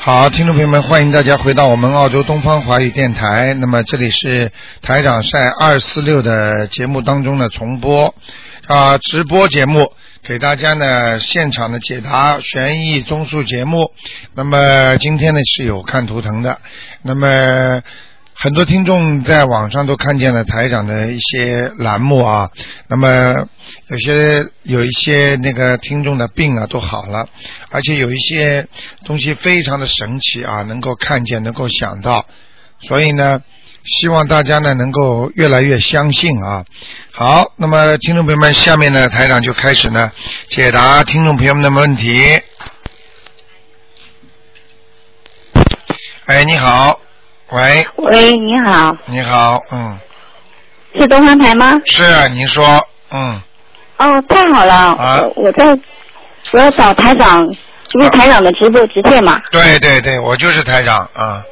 好，听众朋友们，欢迎大家回到我们澳洲东方华语电台。那么这里是台长在二四六的节目当中的重播啊、直播节目，给大家呢现场的解答悬疑综述节目。那么今天呢是有看图腾的，那么。很多听众在网上都看见了台长的一些栏目啊，那么有些有一些那个听众的病啊都好了，而且有一些东西非常的神奇啊，能够看见，能够想到，所以呢，希望大家呢能够越来越相信啊。好，那么听众朋友们，下面呢台长就开始呢解答听众朋友们的问题。哎，你好，喂，喂，你好，你好，嗯，是东方台吗？是啊，您说，嗯，哦，太好了，啊我我在我要找台长，因为台长的直播直线嘛。对对对，我就是台长，啊，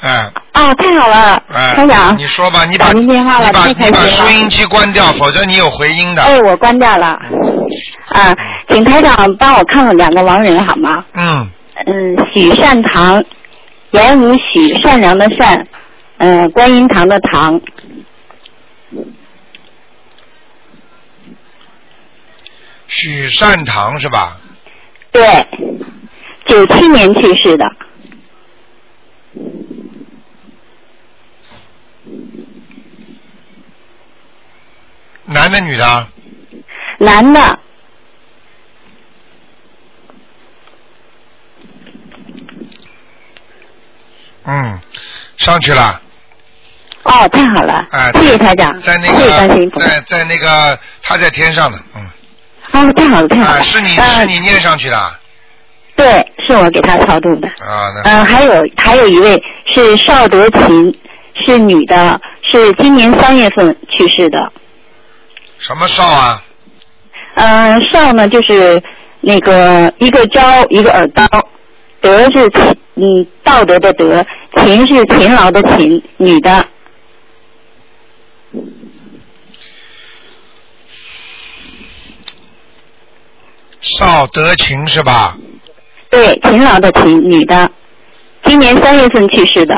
哎，哦，太好了，哎，台长你，说吧，你把打您你电话了，把太你开把心收了。音机关哦掉，否则你有回音的。哎，我关掉了。嗯啊，请台长帮我看看两个亡人好吗？嗯，嗯，许善堂，言无许，善良的善，嗯、观音堂的堂，许善堂是吧？对，九七年去世的。男的女的？男的，嗯，上去了，哦，太好了，哎谢谢台长，在那谢谢观世个音菩萨在在那个他在天上的，嗯，哦，太好了，太好啊，了，是你呃是你念上去的啊，对，是我给他操度的，那嗯、还有还有一位是邵德琴，是女的，是今年三月份去世的，什么少啊？嗯、邵呢就是那个一个招一个耳刀，德是勤，嗯，道德的德，勤是勤劳的勤，女的，邵德勤是吧？对，勤劳的勤，女的，今年三月份去世的，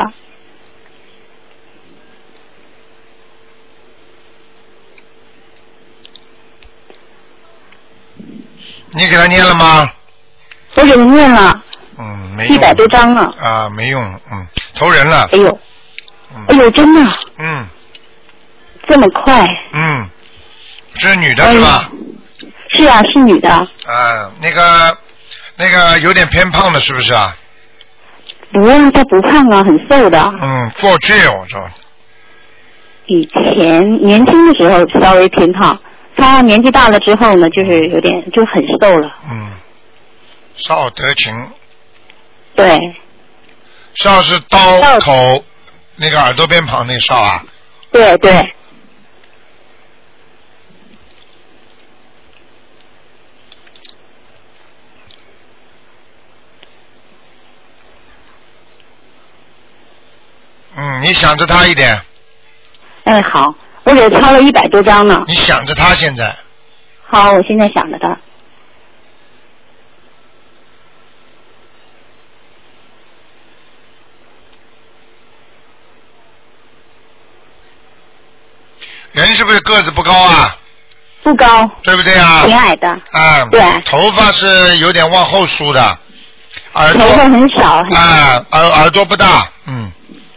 你给他念了吗？我给您念了嗯，没一用。百多张了，啊，没用，嗯，投人了，哎呦，哎嗯呦，真的嗯这么快？嗯，是女的是吧？是啊，是女的，啊，那个那个有点偏胖的是不是啊？不啊，她不胖啊，很瘦的。嗯，过去我说，以前年轻的时候稍微偏胖，她年纪大了之后呢，就是有点就很瘦了。嗯，邵德勤，对，邵是刀邵口，那个耳朵边旁那邵啊，对对，嗯，你想着他一点，哎好，我给她抄了一百多张呢。你想着他现在，好，我现在想着她。人是不是个子不高啊？不高，对不对啊？挺矮的，啊，对头发是有点往后梳的，耳头朵发很少，很啊，耳耳朵不大，嗯，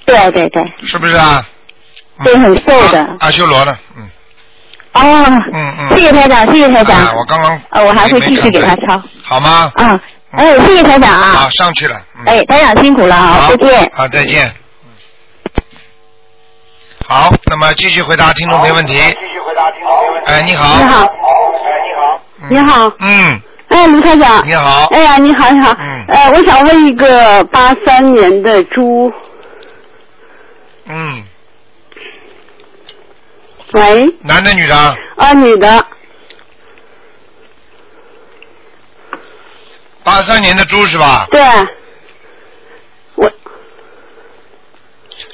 对对对，是不是啊？嗯对，很瘦的啊。阿修罗呢？嗯哦，嗯嗯。谢谢台长，谢谢台啊长。我刚刚呃，我还会继续给没她看嗯抄。好吗？啊，哎，谢谢台长啊啊，。上去了。嗯、哎，台长辛苦了啊，好，再见。好，再见。好，那么继续回答听众朋友问题。继续回答听众朋友问题。哎，你好。你好。哎，你好。嗯你好，嗯，哎，卢台长。你好。哎呀，你好，你好。嗯呃，我想问一个八三年的猪，嗯，喂，男的女的？啊，女的，八三年的猪是吧？对，我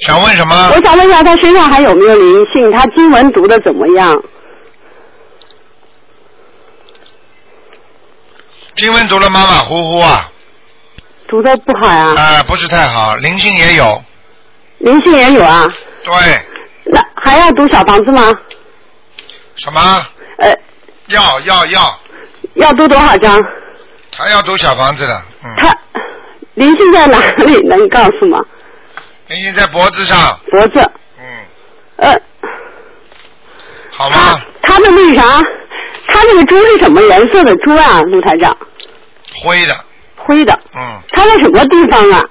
想问什么我？想问一下，她身上还有没有灵性？她经文读的怎么样？经文读了马马虎虎啊，读的不好呀、啊，不是太好，灵性也有，灵性也有啊，对，那还要读小房子吗？什么呃，要要要，要读多少张？还要读小房子的，嗯，他灵性在哪里？能告诉吗？灵性在脖子上，脖子，嗯，呃，好他啊吗？他的那啥，他那个猪是什么颜色的猪啊，陆台长？灰的，灰的，嗯，他在什么地方啊？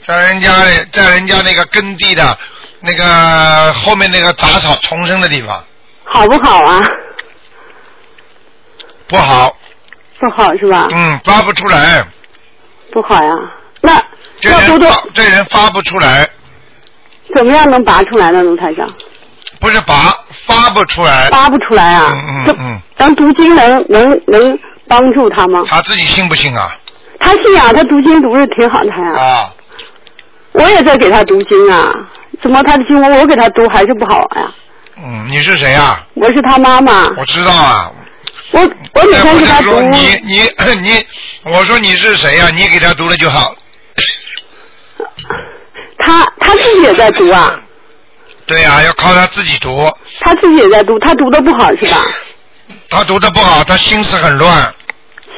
在人家的在人家那个耕地的那个后面那个杂草丛生的地方好不好啊？不好，不好是吧？嗯，发不出来，不好呀、那这要人多多发这人发不出来，怎么样能拔出来呢，卢台长？不是拔发不出来，拔不出来哎啊？嗯嗯这嗯咱读经能能能帮助他吗？他自己信不信啊？他信啊，他读经读的挺好的呀、啊，我也在给他读经啊，怎么他的经文我给他读还是不好呀、嗯，你是谁啊？我是他妈妈，我知道啊，我我每哎天给是他读说，你你 你，我说你是谁呀、啊你给他读了就好。他他自己也在读啊，对呀、要靠他自己读，他自己也在读，他读的不好是吧？他读的不好，他心思很乱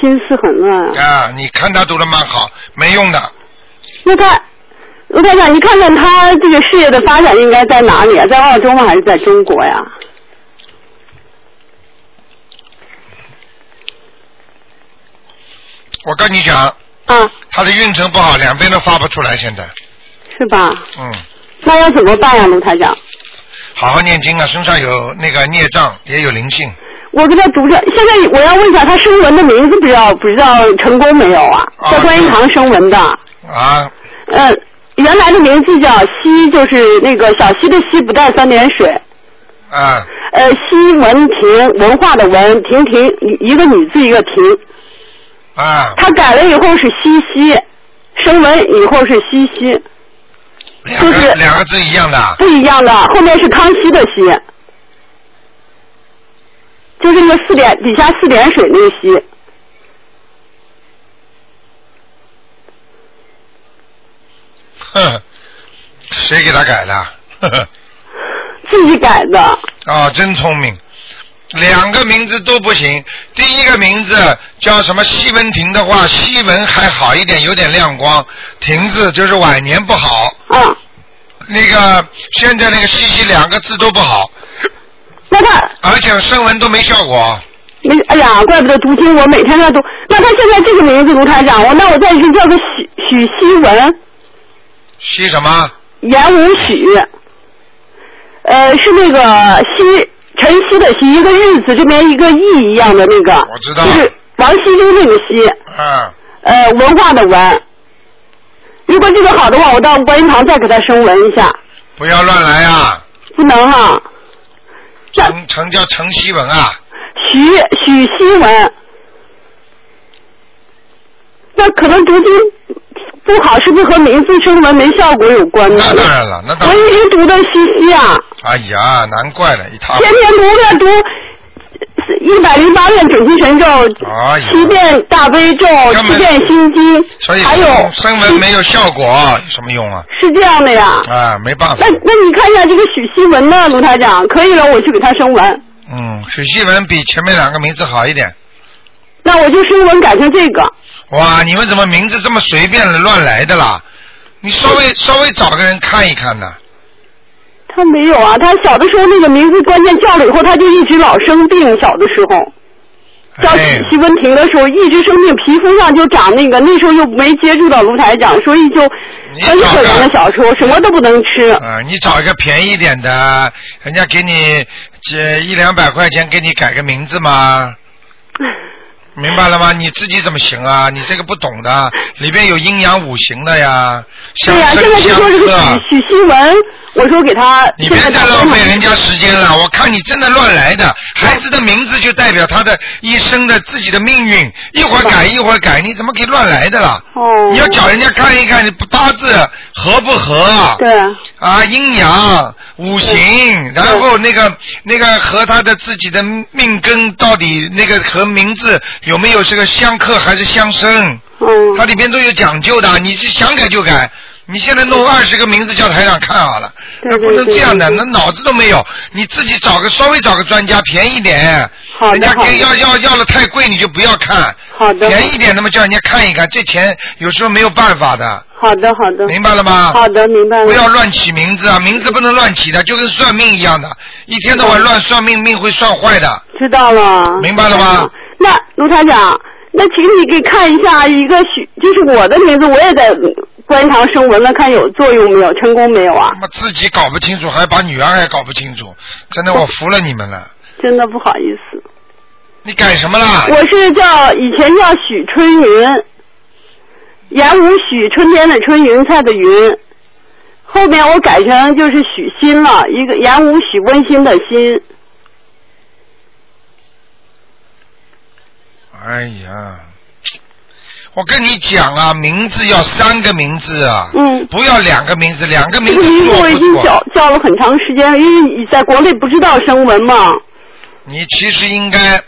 心思很乱啊。啊。你看他读的蛮好，没用的。那他，卢台长，你看看他这个事业的发展应该在哪里啊？在澳洲吗？还是在中国呀？我跟你讲，啊，他的运程不好，两边都发不出来。现在，是吧？嗯，那要怎么办呀、卢台长？好好念经啊，身上有那个孽障，也有灵性我给他读着，现在我要问一下，他声纹的名字不知道不知道成功没有啊？啊在观音堂声纹的，啊。呃，原来的名字叫西，就是那个小溪的溪，不带三点水。啊，呃，西文婷，文化的文，婷婷，一个女字一个婷。啊，他改了以后是西西，声纹以后是西西，两个、就是两个字一样的，啊不一样的，嗯后面是康熙的熙，就是那个四点底下四点水那个熙。哼， 谁给他改的？呵呵自己改的，哦，真聪明，两个名字都不行。第一个名字叫什么西文婷的话，西文还好一点，有点亮光；婷字就是晚年不好。啊，那个现在那个西西两个字都不好，那他而且声纹都没效果。没，哎呀，怪不得读经我每天在读，那他现在这个名字卢台长，我那我再去叫个许许希文，西什么？言无许，呃，是那个希晨曦的曦，一个日子这边一个意一样的那个，我知道就是王羲之那个羲，啊，呃，文化的文。如果这个好的话，我到观音堂再给他声纹一下，不要乱来啊！不能哈、那成成叫成西文啊，许许希文，那可能读经不好，是不是和名字声纹没效果有关呢？那当然了，那当我然。一直读的西西啊，哎呀，难怪了，一塌糊天天读着读一百零八遍准提神咒，涂。哎呀，七遍大悲咒，根本七遍心经， 所以还有声纹没有效果，有什么用啊？是这样的呀。啊，没办法那。那你看一下这个许希文呢，卢台长，可以了，我去给他声纹，嗯，许希文比前面两个名字好一点。那我就声纹改成这个。哇，你们怎么名字这么随便的乱来的啦？你稍 微稍微找个人看一看呢。他没有啊，他小的时候那个名字，关键叫了以后，他就一直老生病。小的时候叫哎，徐文婷的时候，一直生病，皮肤上就长那个，那时候又没接触到卢台长，所以就你很找可怜的个小时候，什么都不能吃。啊、你找一个便宜一点的，人家给你这一两百块钱给你改个名字 嘛，明白了吗？你自己怎么行啊？你这个不懂的，里边有阴阳五行的呀，对相呀、现在生就相说这个克。许许希文，我说给他 你现别在再打浪电话费人家时间了，我看你真的乱来的。孩子的名字就代表他的一生的自己的命运，一会儿改一会儿改，你怎么可以乱来的啦？哦，你要叫人家看一看你八字合不合啊？对啊啊，阴阳五行，然后那个那个和他的自己的命根到底那个和名字有没有是个相克还是相生，嗯，它里边都有讲究的，你是想改就改。你现在弄二十个名字叫台长看好了，对那对不能这样的，对那对脑子都没有。你自己找个稍微找个专家，便宜点。好人的家好给要的，要要了太贵，你就不要看。好的便宜点，那么叫人家看一看，这钱有时候没有办法的，好的好的，明白了吗？好的明白了，不要乱起名字啊，名字不能乱起的，就跟算命一样的，一天到晚乱算命，命会算坏的。知道了，明白了吧那卢台长，那请你给看一下一个许，就是我的名字，我也在观察声纹了，看有作用没有，成功没有啊他？妈自己搞不清楚，还把女儿也搞不清楚，真的我服了你们了。真的不好意思，你改什么啦？我是叫以前叫许春云，言无许春天的春，云彩的云。后面我改成就是许昕了，一个言无许温馨的馨，哎呀，我跟你讲啊，名字要三个名字啊，嗯，不要两个名字，两个这名个字名字做我已不经叫做？叫了很长时间了，因为你在国内不知道声纹嘛。你其实应该，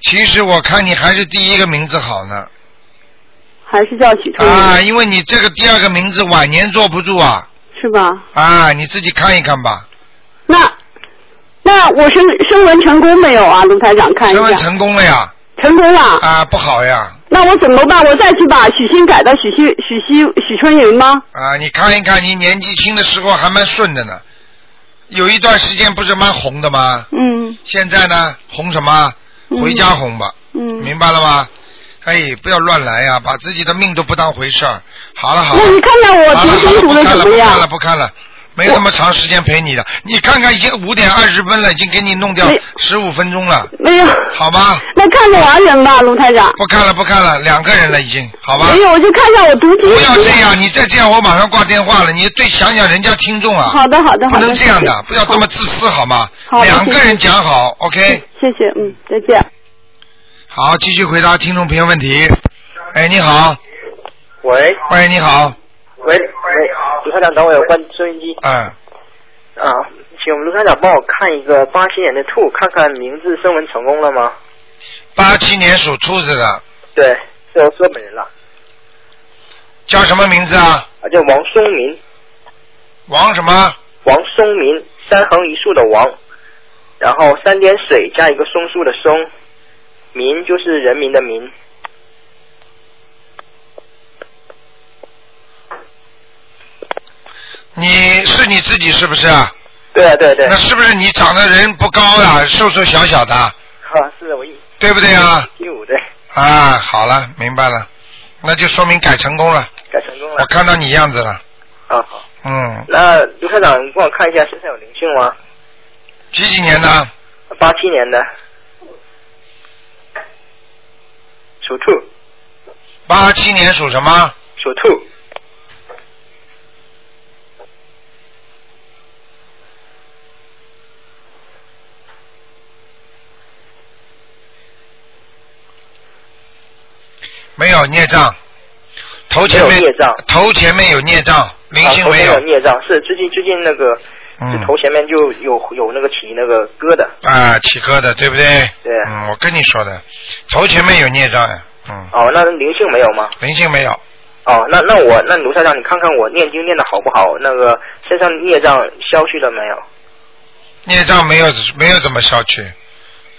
其实我看你还是第一个名字好呢还是叫许春雨、啊，因为你这个第二个名字晚年坐不住啊是吧？啊，你自己看一看吧。那那我升升文成功没有啊，卢台长看一升温下，成功了呀，成功了、啊，不好呀，那我怎么办？我再去把许昕改到许昕、许昕、许春云吗？啊，你看一看，你年纪轻的时候还蛮顺的呢，有一段时间不是蛮红的吗？嗯现在呢，红什么？回家红吧，嗯。明白了吗？哎，不要乱来呀、把自己的命都不当回事儿。好了好了那，你看看我好读了好书了，读不的看了怎不看了么样？不看了，没那么长时间陪你的。你看看，已经五点二十分了，已经给你弄掉没十五分钟了，没有。好吗？那看看完人吧，卢台长。不看了不看了，两个人了已经，好吧没？有，我就看一下我读经。不要这样，你再这样我马上挂电话了。你对想想人家听众啊。好的，好的，好不的。能这样谢的谢，不要这么自私好吗？好两谢个谢人讲好，OK。谢谢，嗯，再见。好，继续回答听众朋友问题。哎，你好，喂喂，你好，喂喂，卢台长，等我有关收音机嗯，啊，请卢台长帮我看一个八七年的兔，看看名字声纹成功了吗？八七年属兔子的，对，是我说本人了，叫什么名字啊？啊，叫王松民，王什么？王松民，三横一竖的王，然后三点水加一个松树的松，民就是人民的民，你是你自己是不是啊？对啊对啊对那啊，是不是你长得人不高啊，瘦瘦小小的，哈、是的，我一对不对啊？七五对，啊，好了，明白了，那就说明改成功了。改成功了我看到你样子了，啊好，嗯，那卢台长帮我看一下身上有灵性吗？几几年的？八七年的，属兔，八七年属什么？属兔，没有孽障，头前面没有孽障头前面有孽障，灵性啊、头没前有，有孽障，是最近最近那个，嗯就头前面就有有那个起那个疙瘩，啊，起疙瘩，对不对？对嗯，我跟你说的，头前面有孽障呀，嗯，哦，那灵性没有吗？灵性没有，哦，那那我那卢校长，你看看我念经念的好不好？那个身上孽障消去了没有？孽障没有没有怎么消去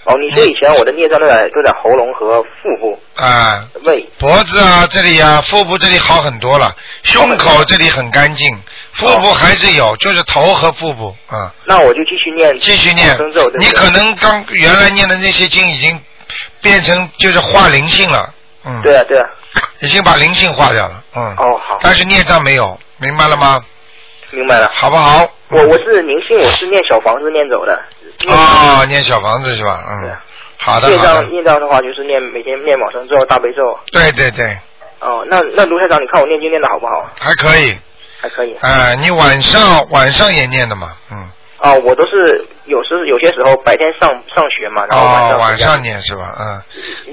哦，你嗯说以前我的孽障都在都在喉咙和腹部、啊，胃，脖子啊这里啊，腹部这里好很多了，胸口这里很干净，腹部还是有，就是头和腹部啊，那我就继续念继续念往生咒，对不对你可能刚原来念的那些经已经变成就是化灵性了，嗯，对，啊对啊，已经把灵性化掉了，嗯，哦好，但是孽障没有，明白了吗？明白了。好不好？我我是灵性，我是念小房子念走的。念哦，念小房子是吧？对嗯啊，好的念好的章，念章的话，就是念每天念往生咒、大悲咒。对对对，哦，那那卢台长，你看我念经念的好不好？还可以。还可以。哎，你晚上晚上也念的嘛？嗯，啊、哦，我都是有时有些时候白天上上学嘛，然后晚哦上，晚上睡念是吧？嗯，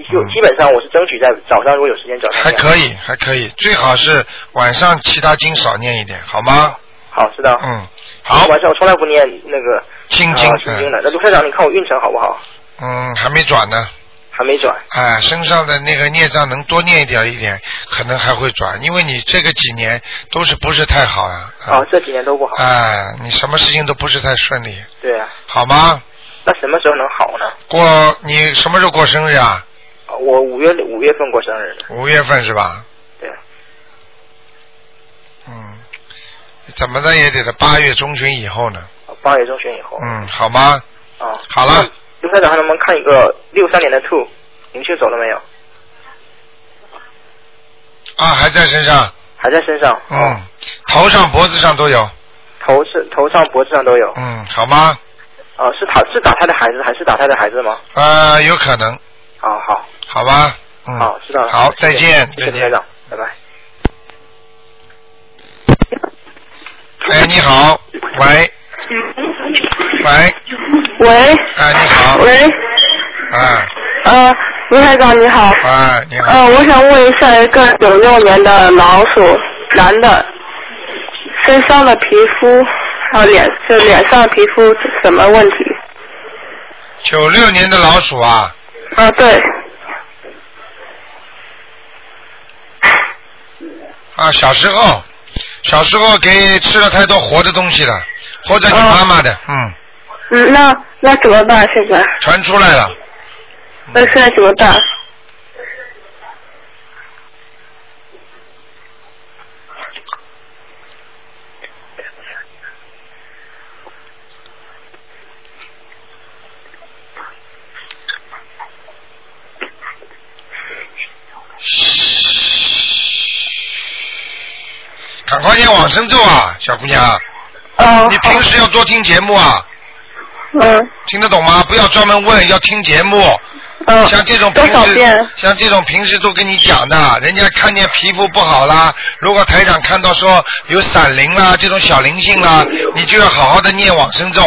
觉就嗯基本上我是争取在早上如果有时间早上还念。可以还可以，最好是晚上其他经少念一点，好吗？好，知道。嗯，好，晚上我从来不念那个心啊经，嗯心经的。那卢台长，你看我运程好不好？嗯，还没转呢，还还没转。哎，身上的那个孽障能多念一点一点，可能还会转，因为你这个几年都是不是太好呀、啊。哦，这几年都不好。哎，你什么事情都不是太顺利，对啊，好吗？那什么时候能好呢？过你什么时候过生日啊？哦我五月五月份过生日的，五月份是吧？对啊。嗯，怎么的也得到八月中旬以后呢。哦八月中旬以后。嗯，好吗？啊。好了。刘台长还能不能看一个六三年的兔灵性走了没有？啊，还在身上，还在身上。哦。嗯，头上、脖子上都有，头是头上脖子上都有。嗯，好吗？啊，是打是打胎的孩子还是打胎的孩子吗？呃，有可能，啊，好，好吧？嗯，好，知道了。好，再见，谢再谢谢谢台见。长，拜拜。哎，你好，喂，喂，喂哎，你好，喂，哎，呃，卢台长你好，哎，你好，呃，我想问一下一个九六年的老鼠，男的，身上的皮肤还有脸，就脸上皮肤什么问题？九六年的老鼠啊，啊、对，啊，小时候，小时候给吃了太多活的东西了，或者你啊妈妈的，嗯，嗯，那那怎么办？现在，传出来了，嗯那现在怎么办？赶快念往生咒啊，小姑娘，哦，你平时要多听节目啊，嗯听得懂吗？不要专门问，要听节目。嗯，像这种平多少遍时，？像这种平时都跟你讲的，人家看见皮肤不好啦，如果台长看到说有闪灵啦，这种小灵性啦，你就要好好的念往生咒，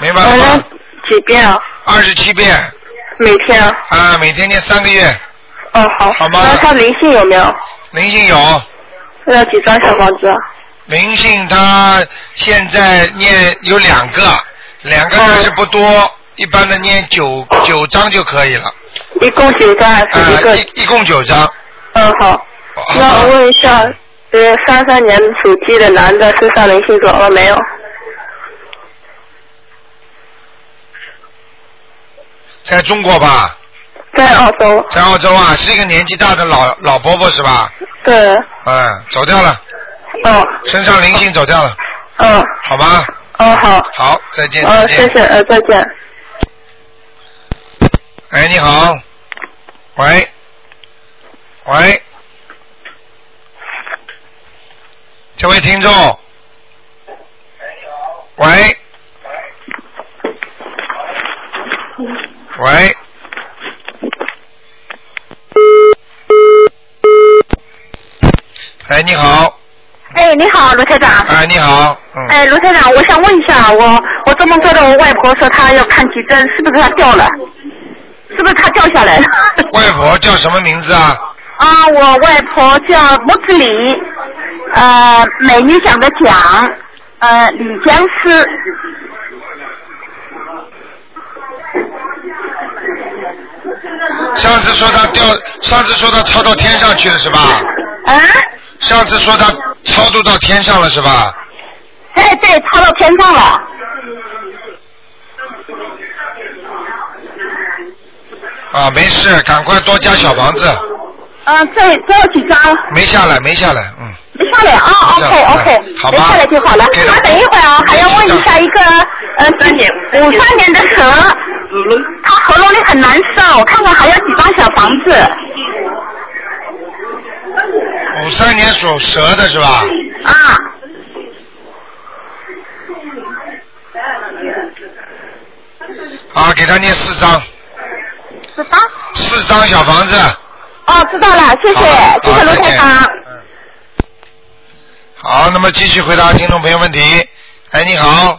明白了嗯，那吗？几遍啊？二十七遍每天啊？啊，每天念三个月，哦，好。好吗那他灵性有没有？灵性有，呃要几张小房子啊？灵性他现在念有两个，两个但是不多，一般的念九九张就可以了，一共九张还啊是一，个？一一共九张。嗯，好。好那我吧问一下，呃，三三年属鸡的男的身上灵性走了没有？在中国吧，在澳洲，在澳洲啊，是一个年纪大的老老伯伯是吧？对，嗯，走掉了，嗯，身上灵性走掉了，嗯，好吗？嗯，好，哦好，再见，再哦嗯，谢见。谢，呃，再见。哎，你好，喂，喂，这位听众，喂，喂，哎，你好，哎，你好，卢台长。哎，你好，嗯，哎，卢台长，我想问一下，我我做梦做到我外婆说她要看急诊，是不是她掉了？是不是她掉下来了？ 外婆叫什么名字啊？啊，我外婆叫母子李，呃，美女奖的奖，呃，李僵尸。上次说他掉，上次说他超到天上去了是吧？啊？上次说他超度到天上了是吧？哎，对，超到天上了。啊，没事，赶快多加小房子，嗯、这这有几张？没下来，没下来，嗯，没下来啊、o 没下 k 来 OK，好吧没下来就好了。给了啊，等一会儿啊，还要问一下一个呃，三嗯年五三年的蛇，它喉咙里很难受，看看还要几张小房子。五三年属蛇的是吧？啊，啊，给他念四张，知道？四张小房子，哦，知道了，谢谢好了，谢谢卢台好再长见。嗯好，那么继续回答听众朋友问题。哎，你好，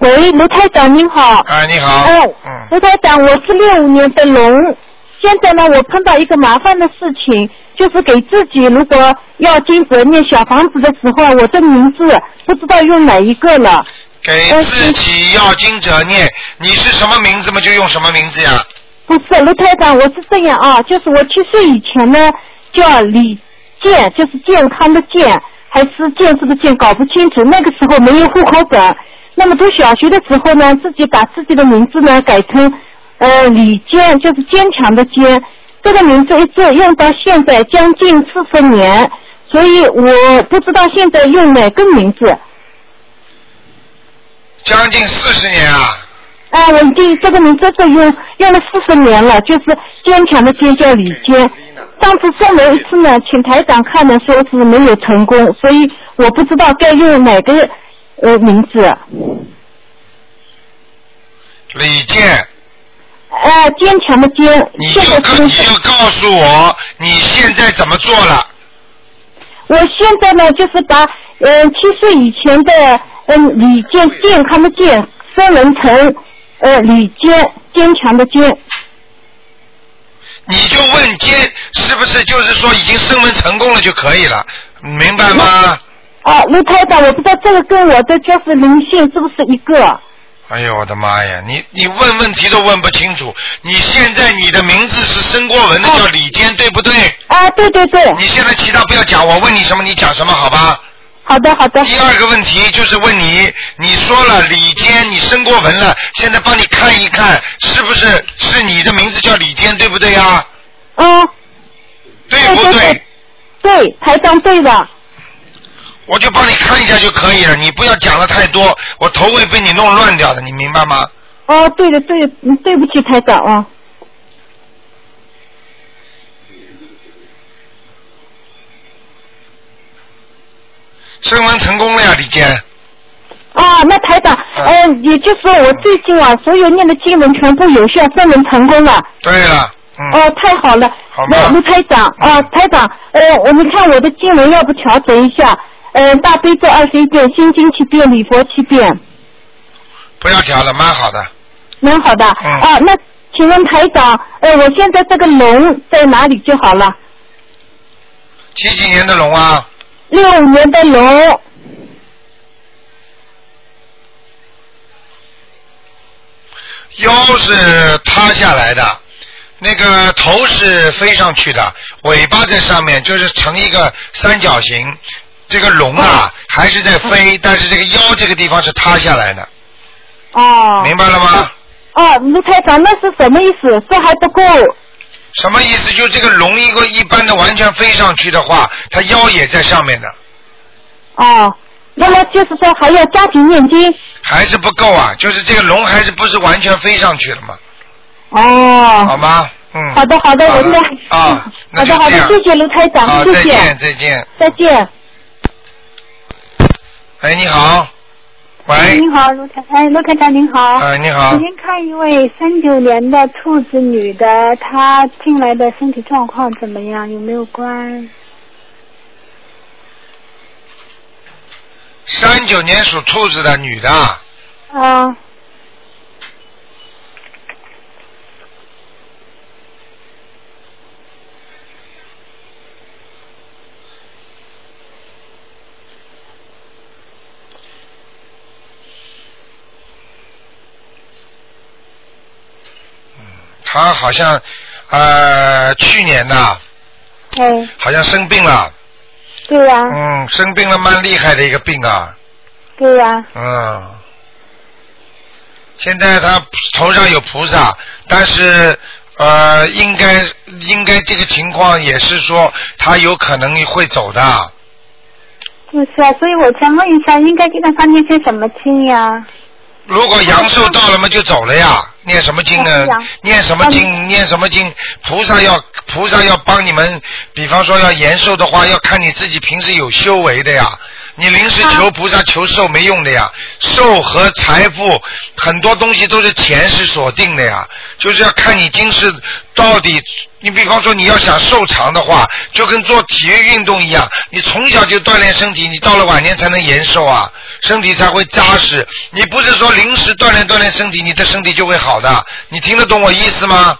喂，卢台长您好。哎，你好，哦嗯，卢台长，我是六五年的龙。现在呢，我碰到一个麻烦的事情，就是给自己如果要经责念小房子的时候，我的名字不知道用哪一个了。给自己要经者念，你是什么名字嘛，就用什么名字呀？不是卢台长，我是这样啊，就是我七岁以前呢叫李健，就是健康的健，还是健是不是健，搞不清楚。那个时候没有户口本，那么读小学的时候呢，自己把自己的名字呢改成呃李健，就是坚强的坚。这个名字一直用到现在将近四十年，所以我不知道现在用哪个名字。将近四十年啊，啊，我已经这个名字是用用了四十年了，就是坚强的坚叫李坚。上次送了一次呢，请台长看的说是没有成功，所以我不知道该用哪个呃名字。李健，啊，坚强的坚，你现在就告是你就告诉我你现在怎么做了？我现在呢，就是把嗯七岁以前的嗯李健健康的健升人成呃李坚坚强的坚。你就问坚是不是就是说已经升温成功了就可以了，明白吗？啊，卢台长，我不知道这个跟我的就是灵性是不是一个？哎呦我的妈呀！你你问问题都问不清楚。你现在你的名字是申国文的，叫李坚，对不对？哦啊，对对对。你现在其他不要讲，我问你什么你讲什么，好吧？好的好的。第二个问题就是问你，你说了李坚，你申国文了，现在帮你看一看，是不是是你的名字叫李坚，对不对呀？嗯。对不对？对，台长对的。我就帮你看一下就可以了，你不要讲的太多，我头会被你弄乱掉的，你明白吗？哦，对的对的，嗯对不起台长啊。升温成功了呀，李坚。啊，那台长，嗯、也就是说我最近啊，所有念的经文全部有效证明成功了。对了，哦，太好了，那卢台长，嗯啊，台长，呃，我们看我的经文要不调整一下，呃，大悲咒二十一遍，心经七遍，礼佛七遍，不要调了，蛮好的。蛮好的。嗯啊，那请问台长，呃，我现在这个龙在哪里就好了？几几年的龙啊？六五年的龙，腰是塌下来的，那个头是飞上去的，尾巴在上面，就是成一个三角形。这个龙哦啊，还是在飞，但是这个腰这个地方是塌下来的，哦，明白了吗？哦，卢台长，那是什么意思？这还不够。什么意思？就这个龙一个一般的完全飞上去的话，它腰也在上面的，哦，那么就是说还要加紧念经。还是不够啊！就是这个龙还是不是完全飞上去了嘛？哦。好吗？嗯。好的，好的，我念。啊，那好就的，好这的样，。谢谢卢台长，好，谢再谢，见，再见。再见。哎，你好，喂，您好，卢台，哎，卢台长您好。哎你好您看一位三九年的兔子女的，她近来的身体状况怎么样？有没有关？三九年属兔子的女的啊，啊，她好像呃去年呐、哎，好像生病了，对呀、嗯，生病了蛮厉害的一个病啊，对呀、嗯。现在她头上有菩萨，但是呃，应该应该这个情况也是说她有可能会走的，就是啊，所以我想问一下，应该给她念些什么经呀？如果阳寿到了嘛，就走了呀。念什么经呢哦是啊？念什么经？嗯念什么经？菩萨要菩萨要帮你们，比方说要延寿的话，要看你自己平时有修为的呀。你临时求菩萨求寿没用的呀，寿和财富很多东西都是前世锁定的呀，就是要看你今世到底。你比方说你要想寿长的话，就跟做体育运动一样，你从小就锻炼身体，你到了晚年才能延寿啊。身体才会扎实。你不是说临时锻炼锻炼身体，你的身体就会好的。你听得懂我意思吗？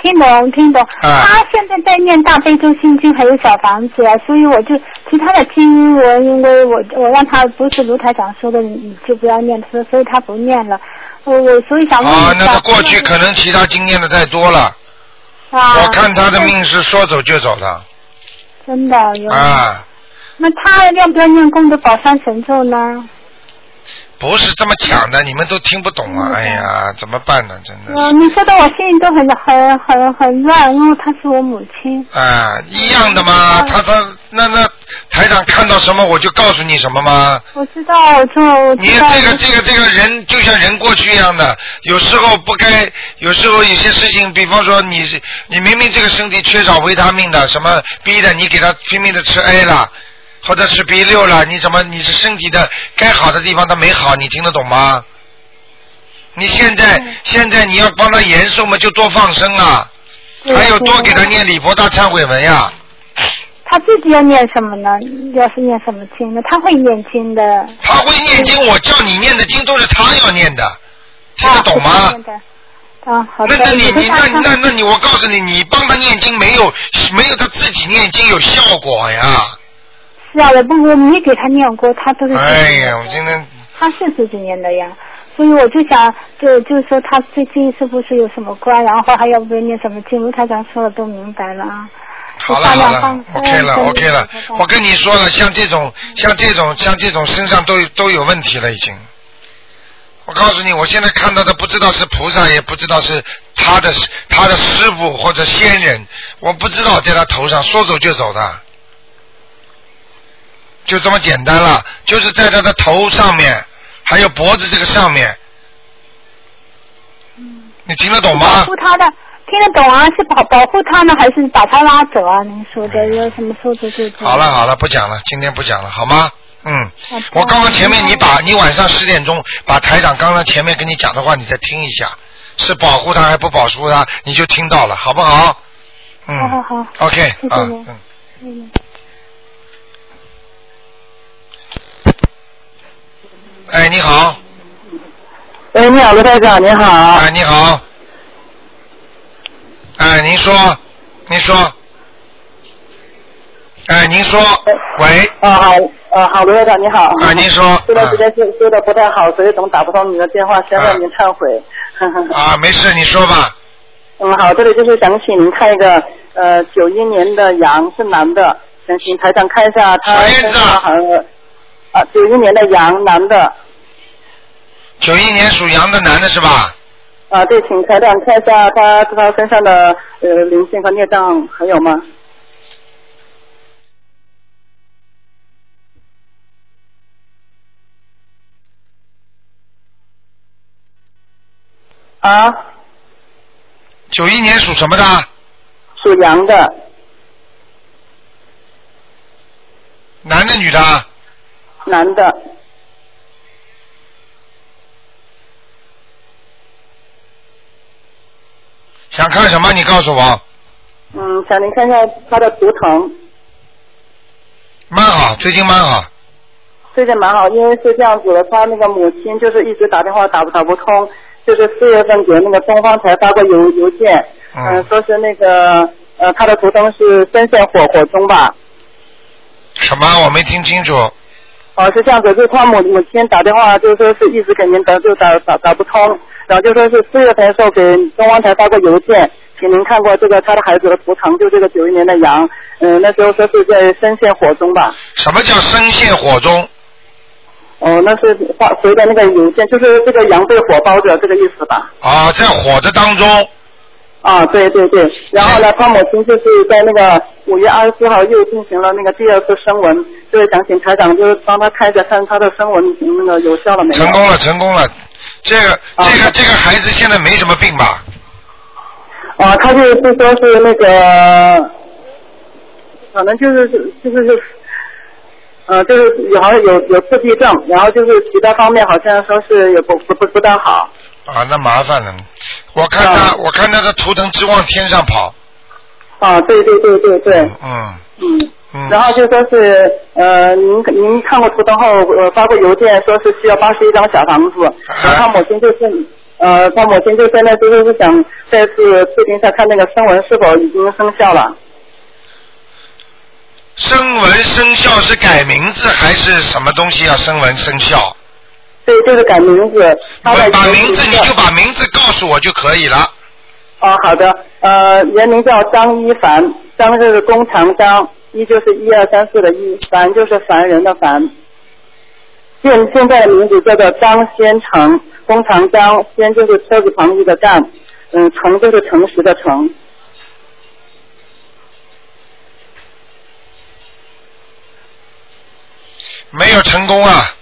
听懂，听懂。啊她现在在念大悲咒心经，还有小房子啊，所以我就其他的经文，因为我我让她不是卢台长说的，你你就不要念，所以所以她不念了。我我所以想问一下。啊，那他过去可能其他经验的太多了。啊我看他的命是说走就走的真的有。啊，那他要不要念功德宝山神咒呢？不是这么讲的，你们都听不懂啊！哎呀，怎么办呢？真的嗯、你说的我心里都很很很很乱，因为她是我母亲。啊，一样的嘛。他他那那台长看到什么我就告诉你什么嘛。我知道，我就我你知道。这个这个这个人就像人过去一样的，有时候不该，有时候有些事情，比方说你是你明明这个身体缺少维他命的，什么 B 的，你给他拼命的吃 A 了，或者吃 B 六了，你怎么你是身体的该好的地方它没好，你听得懂吗？你现在嗯现在你要帮他延寿嘛，就多放生啊，对还有多对给他念礼佛大忏悔文呀、他自己要念什么呢？要是念什么经呢？他会念经的。他会念经，我叫你念的经都是他要念的，听得懂吗？啊，好那的。那你我你知道那他那那你我告诉你，你帮他念经没有没有他自己念经有效果呀？是啊，我不我没给他念过，他都是自己念的。哎呀，我今天他是自己念的呀，所以我就想，就就是说他最近是不是有什么关，然后还要不要念什么经？卢台长说了都明白了啊。好了大量好了啊放，OK 了嗯 OK 了，我跟你说了，像这种像这种像这种身上都都有问题了已经。我告诉你，我现在看到的不知道是菩萨，也不知道是他的他的师傅或者仙人，我不知道在他头上说走就走的，就这么简单了，就是在他的头上面，还有脖子这个上面。嗯你听得懂保吗？护他的，听得懂啊？是保保护他呢，还是把他拉走啊？您说的有什么说的就走好了好了，不讲了，今天不讲了，好吗？嗯，好的 我刚刚前面你哦把你晚上十点钟把台长刚刚前面跟你讲的话，你再听一下，是保护他还不保护他，你就听到了，好不好？嗯，哦好好好 OK 谢谢啊，您嗯。嗯哎，你好，哎，你好，罗台长，你好。哎，你好，哎，您说，您说，哎，您说，喂，啊好，啊好，罗台长你好。啊您 说这段时间修修的不太好，所以总打不通你的电话，先向您忏悔。 啊，没事，你说吧，嗯，好，这里就是想请您看一个，呃，九一年的羊是男的，想请台长看一下他身上好像有啊，九一年的羊男的，九一年属羊的男的是吧？啊，对，请台长看一下他他身上的呃灵性和孽障还有吗？啊，九一年属什么的？属羊的，男的女的？男的，想看什么？你告诉我。嗯，想您看一下他的图腾，蛮好，最近蛮好。最近蛮好，因为是这样子的，他那个母亲就是一直打电话打不打不通，就是四月份给那个东方台发过邮邮件，嗯、嗯，说是那个呃他的图腾是深陷火火中吧，什么？我没听清楚。哦、是这样子，就是他母母亲打电话就是说是一直给您打就打打打不通，然后就说是四月份的时候给东方台发过邮件。给您看过这个他的孩子的图腾，就这个九一年的羊，嗯、那时候说是在深陷火中吧，什么叫深陷火中？哦，那是发回的那个邮件，就是这个羊被火包着这个意思吧？啊，在火的当中。啊，对对对。然后呢，他母亲就是在那个五月二十四号又进行了那个第二次声纹，就是想请台长就是帮他看一下，看他的声纹那个有效了没有？成功了，成功了。这个这个这个孩子现在没什么病吧？啊，他就是说是那个，可能就是就是就是。呃，就是有好像有有自闭症，然后就是其他方面好像说是也不不不不大好。啊，那麻烦了。我看他，我看他的图腾直往天上跑。啊，对对对对对。嗯嗯，嗯。然后就说是呃，您您看过图腾后，呃，发过邮件说是需要八十一张小房啊子，然后他母亲就是呃，他母亲就现在就是是想再次确定一下看那个声纹是否已经生效了。声纹生效是改名字还是什么东西要声纹生效？对，就是改名字。他的把名字你就把名字告诉我就可以了。哦，好的，呃，原名叫张一凡，张就是弓长张，一就是一二三四的一，凡就是凡人的凡。现现在的名字叫做张先成，弓长张，先就是车字旁一个干，嗯，成就是诚实的诚。没哦有成功啊，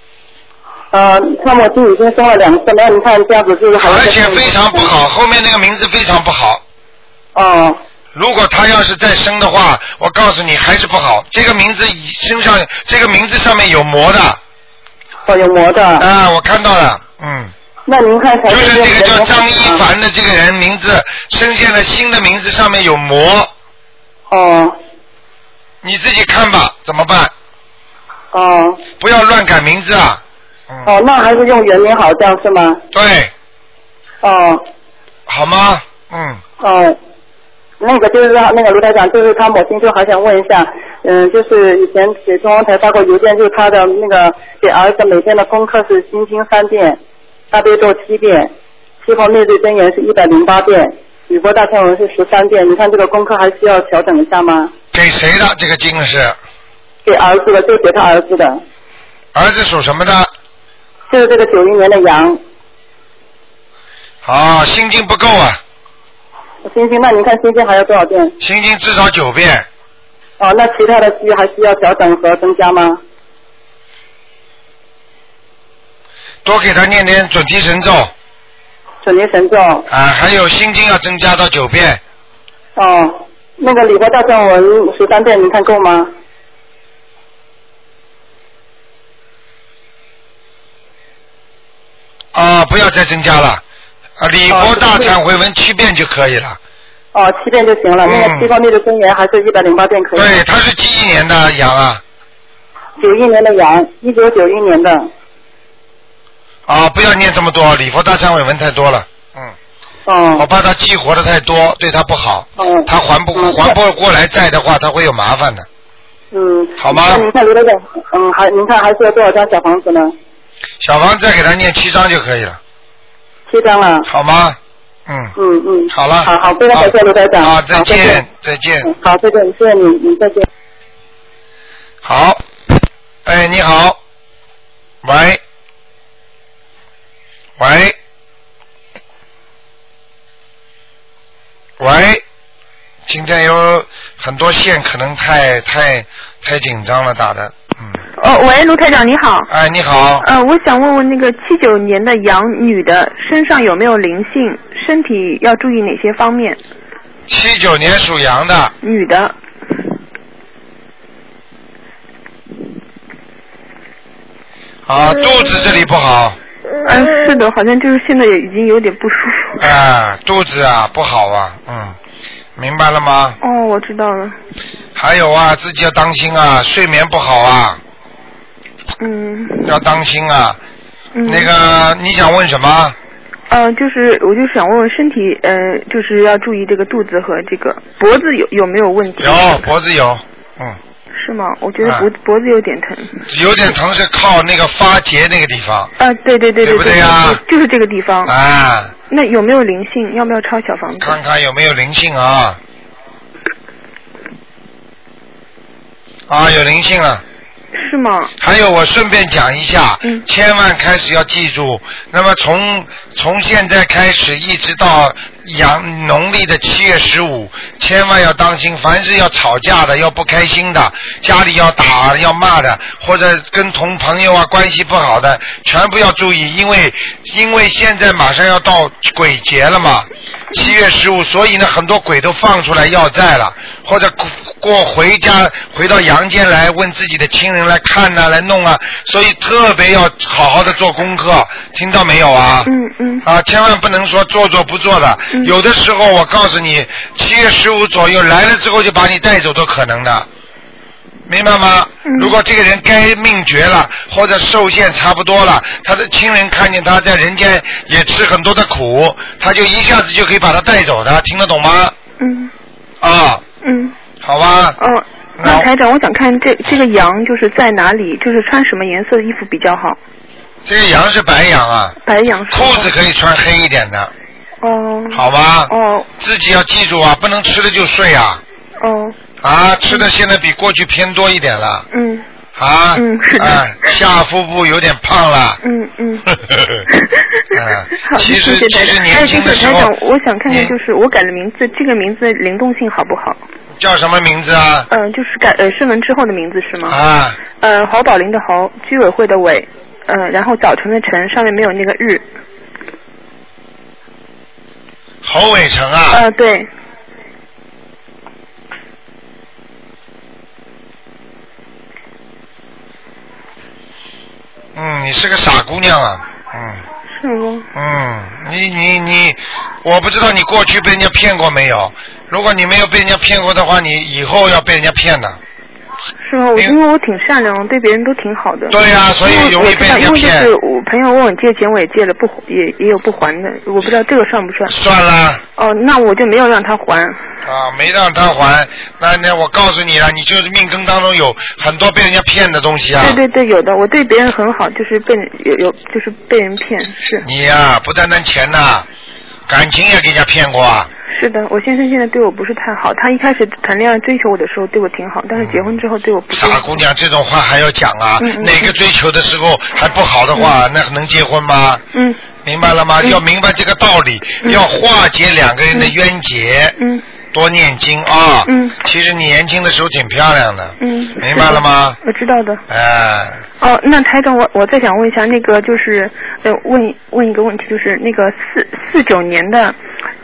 呃，那么就已经生了两次，那你看这样子就是好像而且非常不好，后面那个名字非常不好。哦。如果他要是再生的话，我告诉你还是不好。这个名字以身上，这个名字上面有魔的。哦，有魔的。啊，我看到了，嗯。那您看才就是这个叫张一凡的这个人名字，生现了新的名字上面有魔。哦。你自己看吧，怎么办？哦不要乱改名字啊！哦，那还是用原名好，这样是吗？对，哦好吗？嗯，哦，那个就是那个卢台长，就是他母亲，就好想问一下，嗯，就是以前给中央台发过邮件，就是他的那个给儿子每天的功课是心经三遍，大悲咒七遍，七佛灭罪真言是一百零八遍，宇波大忏文是十三遍。你看这个功课还需要调整一下吗？给谁的这个经是？给儿子的，就给他儿子的，儿子属什么的？就是这个九零年的羊。啊，心经不够啊，星星，那您看星星还要多少遍？心经至少九遍，哦，那其他的需还需要调整和增加吗？多给他念点准提神咒准提神咒。啊，还有心经要增加到九遍，哦，那个礼佛大正文十三遍，您看够吗？啊，不要再增加了，啊，礼佛大忏悔文七遍就可以了。哦，七遍就行了。那个嗯西方那个真言还是一百零八遍可以。对，他是几一年的羊啊？九一年的羊，一九九一年的。啊，不要念这么多，礼佛大忏悔文太多了，嗯哦我怕他激活的太多，对他不好，哦。他还不还不过来债的话，他会有麻烦的。嗯。好吗那您看刘队长，嗯，还您看还需要多少张小房子呢？小王再给他念七章就可以了，七张了。好吗？嗯，嗯嗯。好了好好，非常感谢刘队长。好，再再见见。，再见。嗯好，再见，谢谢你，你再见。好，哎，你好，喂，喂，喂，今天有很多线可能太太太紧张了打的，嗯哦，喂，卢台长你好。哎，你好，呃，我想问问那个七九年的羊女的身上有没有灵性？身体要注意哪些方面？七九年属羊的，女的，啊，肚子这里不好，嗯、是的，好像就是现在也已经有点不舒服。啊，肚子啊不好啊，嗯，明白了吗？哦，我知道了。还有啊，自己要当心啊，睡眠不好啊，嗯要当心啊。嗯。那个，你想问什么？呃，就是我就想问问身体，呃，就是要注意这个肚子和这个脖子有有没有问题？有脖子有，是吗？我觉得啊脖、脖子有点疼。有点疼是靠那个发节那个地方啊，对对对对不对对呀就是这个地方。啊，那有没有灵性？要不要抄小房子？看看有没有灵性啊。啊，有灵性了。是吗？还有，我顺便讲一下，千万开始要记住，那么从从现在开始一直到阳农历的七月十五，千万要当心，凡是要吵架的、要不开心的、家里要打、要骂的，或者跟同朋友啊关系不好的，全部要注意，因为因为现在马上要到鬼节了嘛，七月十五，所以呢，很多鬼都放出来要债了，或者过过回家回到阳间来问自己的亲人来看呐、来弄啊，所以特别要好好的做功课，听到没有啊？嗯嗯。啊，千万不能说做做不做的，有的时候我告诉你，七月十五左右哦来了之后就把你带走都可能的。明白吗？嗯如果这个人该命绝了，或者寿限差不多了，他的亲人看见他在人间也吃很多的苦，他就一下子就可以把他带走的，听得懂吗？嗯啊，嗯。好吧，哦，那台长，我想看这这个羊就是在哪里，就是穿什么颜色的衣服比较好？这个羊是白羊啊，白羊是裤吗子可以穿黑一点的，哦好吧？哦自己要记住啊，不能吃了就睡啊，哦啊，吃的现在比过去偏多一点了，嗯啊，嗯是的啊，下腹部有点胖 了，嗯嗯。呵呵呵，啊，好，其实谢谢其台实长。年轻的时哎候谢谢台长，我想看看，就是我改了名字，这个名字灵动性好不好？叫什么名字啊？嗯、就是改呃声纹之后的名字是吗？啊，呃，侯宝林的侯，居委会的委，呃，然后早晨的晨，上面没有那个日。侯伟成啊，呃，对，嗯，你是个傻姑娘啊，嗯。是吗？嗯，你你你，我不知道你过去被人家骗过没有。如果你没有被人家骗过的话，你以后要被人家骗的。是吗？我因为我挺善良，对别人都挺好的。对呀所以因为容易被人家我知道因为就骗是我朋友问我借钱，我也借了，不也也有不还的，我不知道这个算不算。算了。哦，那我就没有让他还。啊，没让他还，那那我告诉你了，你就是命根当中有很多被人家骗的东西啊。对对对，有的，我对别人很好，就是被人有有就是被人骗，是你呀、不单单钱呐、感情也给人家骗过啊。是的。我先生现在对我不是太好，他一开始谈恋爱追求我的时候对我挺好，但是结婚之后对我不是。傻姑娘，这种话还要讲啊？嗯嗯哪个追求的时候还不好的话，那能结婚吗？嗯明白了吗？嗯要明白这个道理，嗯要化解两个人的冤结。嗯。多念经啊。嗯。其实你年轻的时候挺漂亮的。嗯，明白了吗是的我知道的。哎、哦，那台长，我我再想问一下，那个就是呃，问问一个问题，就是那个四四九年的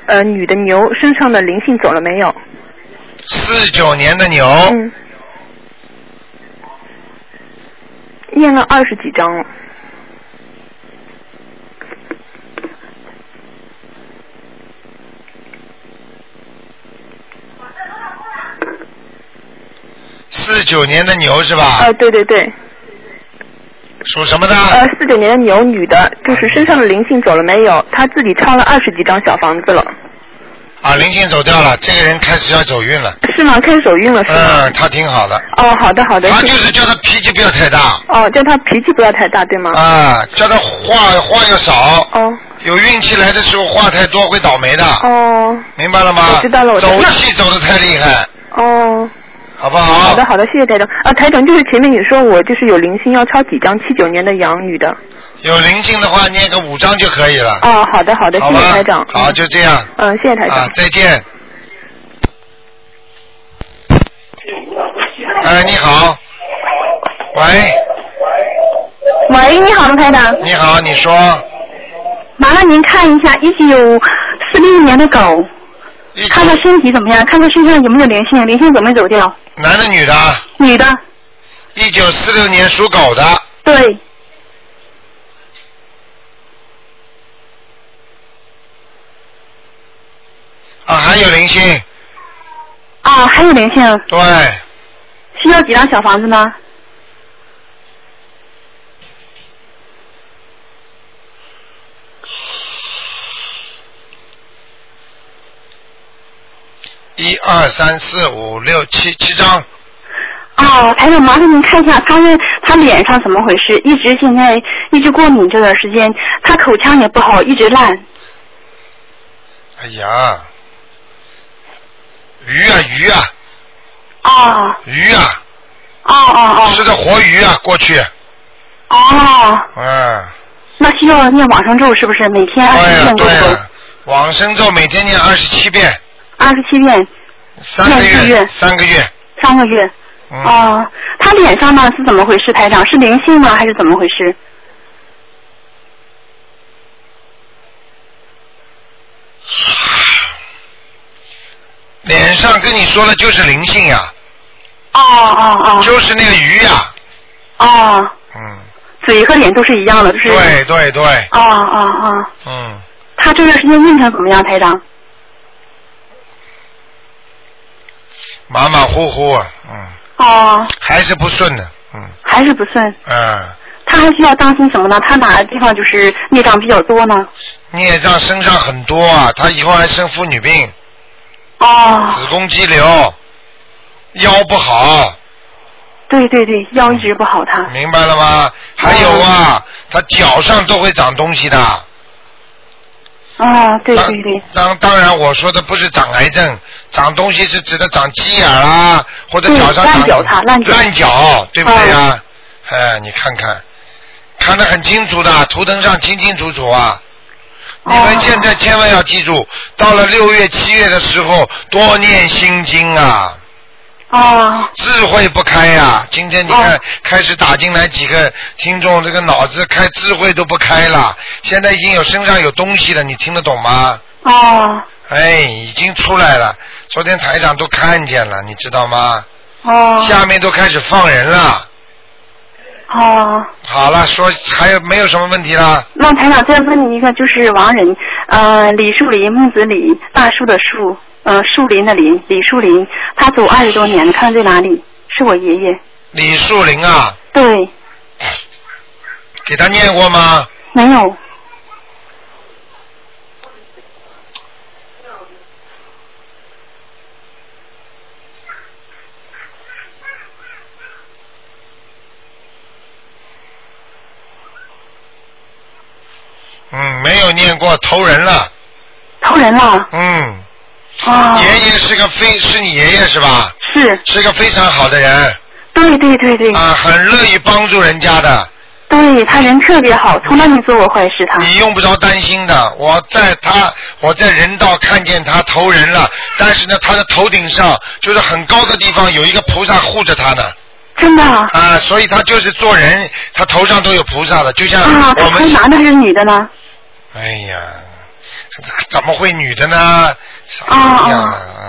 呃女的牛身上的灵性走了没有？四九年的牛，嗯，念了二十几章了。四九年的牛是吧？啊、对对对。属什么的？呃，四九年的牛女的，就是身上的灵性走了没有？她自己抄了二十几张小房子了，啊，灵性走掉了，这个人开始要走运了。是吗？开始走运了是吗？嗯，他挺好的。哦，好的好的。他谢就是叫他脾气不要太大，哦，叫她脾气不要太大，对吗？啊，叫他话话要少。哦。有运气来的时候话太多会倒霉的，哦明白了啊吗？我知道了我知道啊走了气走的太厉害，哦。好不好好？的，好的，谢谢台长。啊，台长，就是前面你说我就是有灵性，要抄几张七九年的羊女的。有灵性的话念个五章就可以了。哦，好的，好的，好谢吧谢台长。好，就这样。嗯，谢谢台啊长。，再见。哎，你好。喂，喂，你好，卢台长，你好，你说麻烦您看一下一九四六年的狗，看看身体怎么样，看看身上有没有灵性，灵性有没有走掉，男的女的？女的，一九四六年属狗的，对，啊，还有灵性，啊，还有灵性，对，需要几张小房子呢？一二三四五六七七张，哦，台长，麻烦您看一下，他是他脸上怎么回事？一直现在一直过敏这段时间，他口腔也不好，一直烂。哎呀，鱼啊鱼啊哦鱼啊，哦哦哦，吃的活鱼啊，过去，哦，嗯，那需要念往生咒是不是？每天二对十呀遍够对不够？呀，往生咒每天念二十七遍，二十七遍，三个念月四月三个月，三个月。嗯，哦，他脸上呢是怎么回事？台长是灵性吗？还是怎么回事？脸上跟你说的就是灵性啊呀、哦哦哦。就是那个鱼呀、哦，嗯，嘴和脸都是一样的，就是。对对对，哦哦哦，嗯，他这段时间运程怎么样，台长？马马虎虎啊，嗯，哦，还是不顺的，嗯还是不顺。嗯，他还需要当心什么呢？他哪个地方就是孽障比较多呢？孽障身上很多啊，他以后还生妇女病，哦，子宫肌瘤，腰不好，对对对，腰一直不好他。明白了吗？还有啊，他脚上都会长东西的。啊，对对对，当当然，我说的不是长癌症，长东西是指的长鸡眼啦，或者脚上对长嗯烂脚它烂脚嗯对不对呀、哎，你看看，看得很清楚的，图腾上清清楚楚啊。你哦们现在千万要记住，到了六月、七月的时候，多念心经啊。哦。智慧不开呀、今天你看、开始打进来几个听众，这个脑子开智慧都不开了，现在已经有身上有东西了，你听得懂吗？哦哎，已经出来了，昨天台长都看见了，你知道吗？哦下面都开始放人了。哦，好了，说还有没有什么问题啦？那台长再问你一个，就是亡人，呃，李树林，木子李，大树的树，呃，树林的林，李树林，他走二十多年，看在哪里？是我爷爷，李树林啊，对，给他念过吗？没有，嗯，没有念过，投人了。投人了。嗯。哦，爷爷是个非，是你爷爷是吧？是。是个非常好的人。对对对对。啊，很乐意帮助人家的。对他人特别好，从来没做过坏事，他。你用不着担心的，我嗯在他，我在人道看见他投人了，但是呢，他的头顶上就是很高的地方有一个菩萨护着他呢。真的啊，啊，所以他就是做人，他头上都有菩萨的，就像啊我他们。是男的还是女的呢？哎呀，怎么会女的呢？什啊么样啊啊？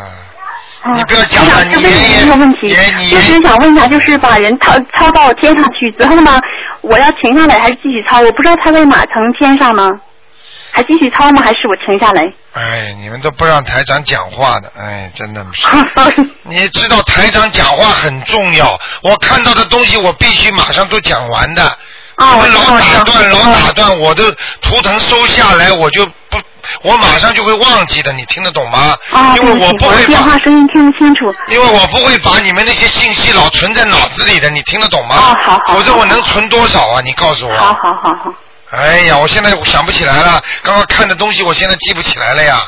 啊，你不要讲了，想你就问爷你一爷个问题，就是想问一下，就是把人抄抄到天上去之后呢，我要停下来还是继续抄？我不知道他在哪层天上呢，还继续抄吗？还是我停下来？哎，你们都不让台长讲话的，哎，真的 是。你知道台长讲话很重要，我看到的东西我必须马上都讲完的。啊，我老打断，老打断，我的图腾收下来，我就不，我马上就会忘记的，你听得懂吗？啊，因为对不起，我不我会的电把，话声音听不清楚。因为我不会把你们那些信息老存在脑子里的，你听得懂吗？啊，好好。否则我能存多少啊？你告诉我。好好好好。哎呀，我现在想不起来了，刚刚看的东西我现在记不起来了 呀，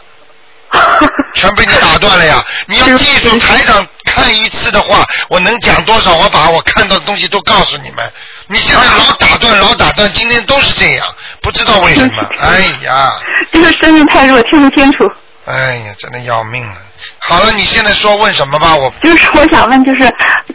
全被你打断了呀！你要记住台长看一次的话，我能讲多少？我把我看到的东西都告诉你们。你现在老打断，老打断，今天都是这样，不知道为什 么。哎呀，这个声音太弱，听不清楚。哎呀，真的要命了。好了，你现在说问什么吧，我就是我想问，就是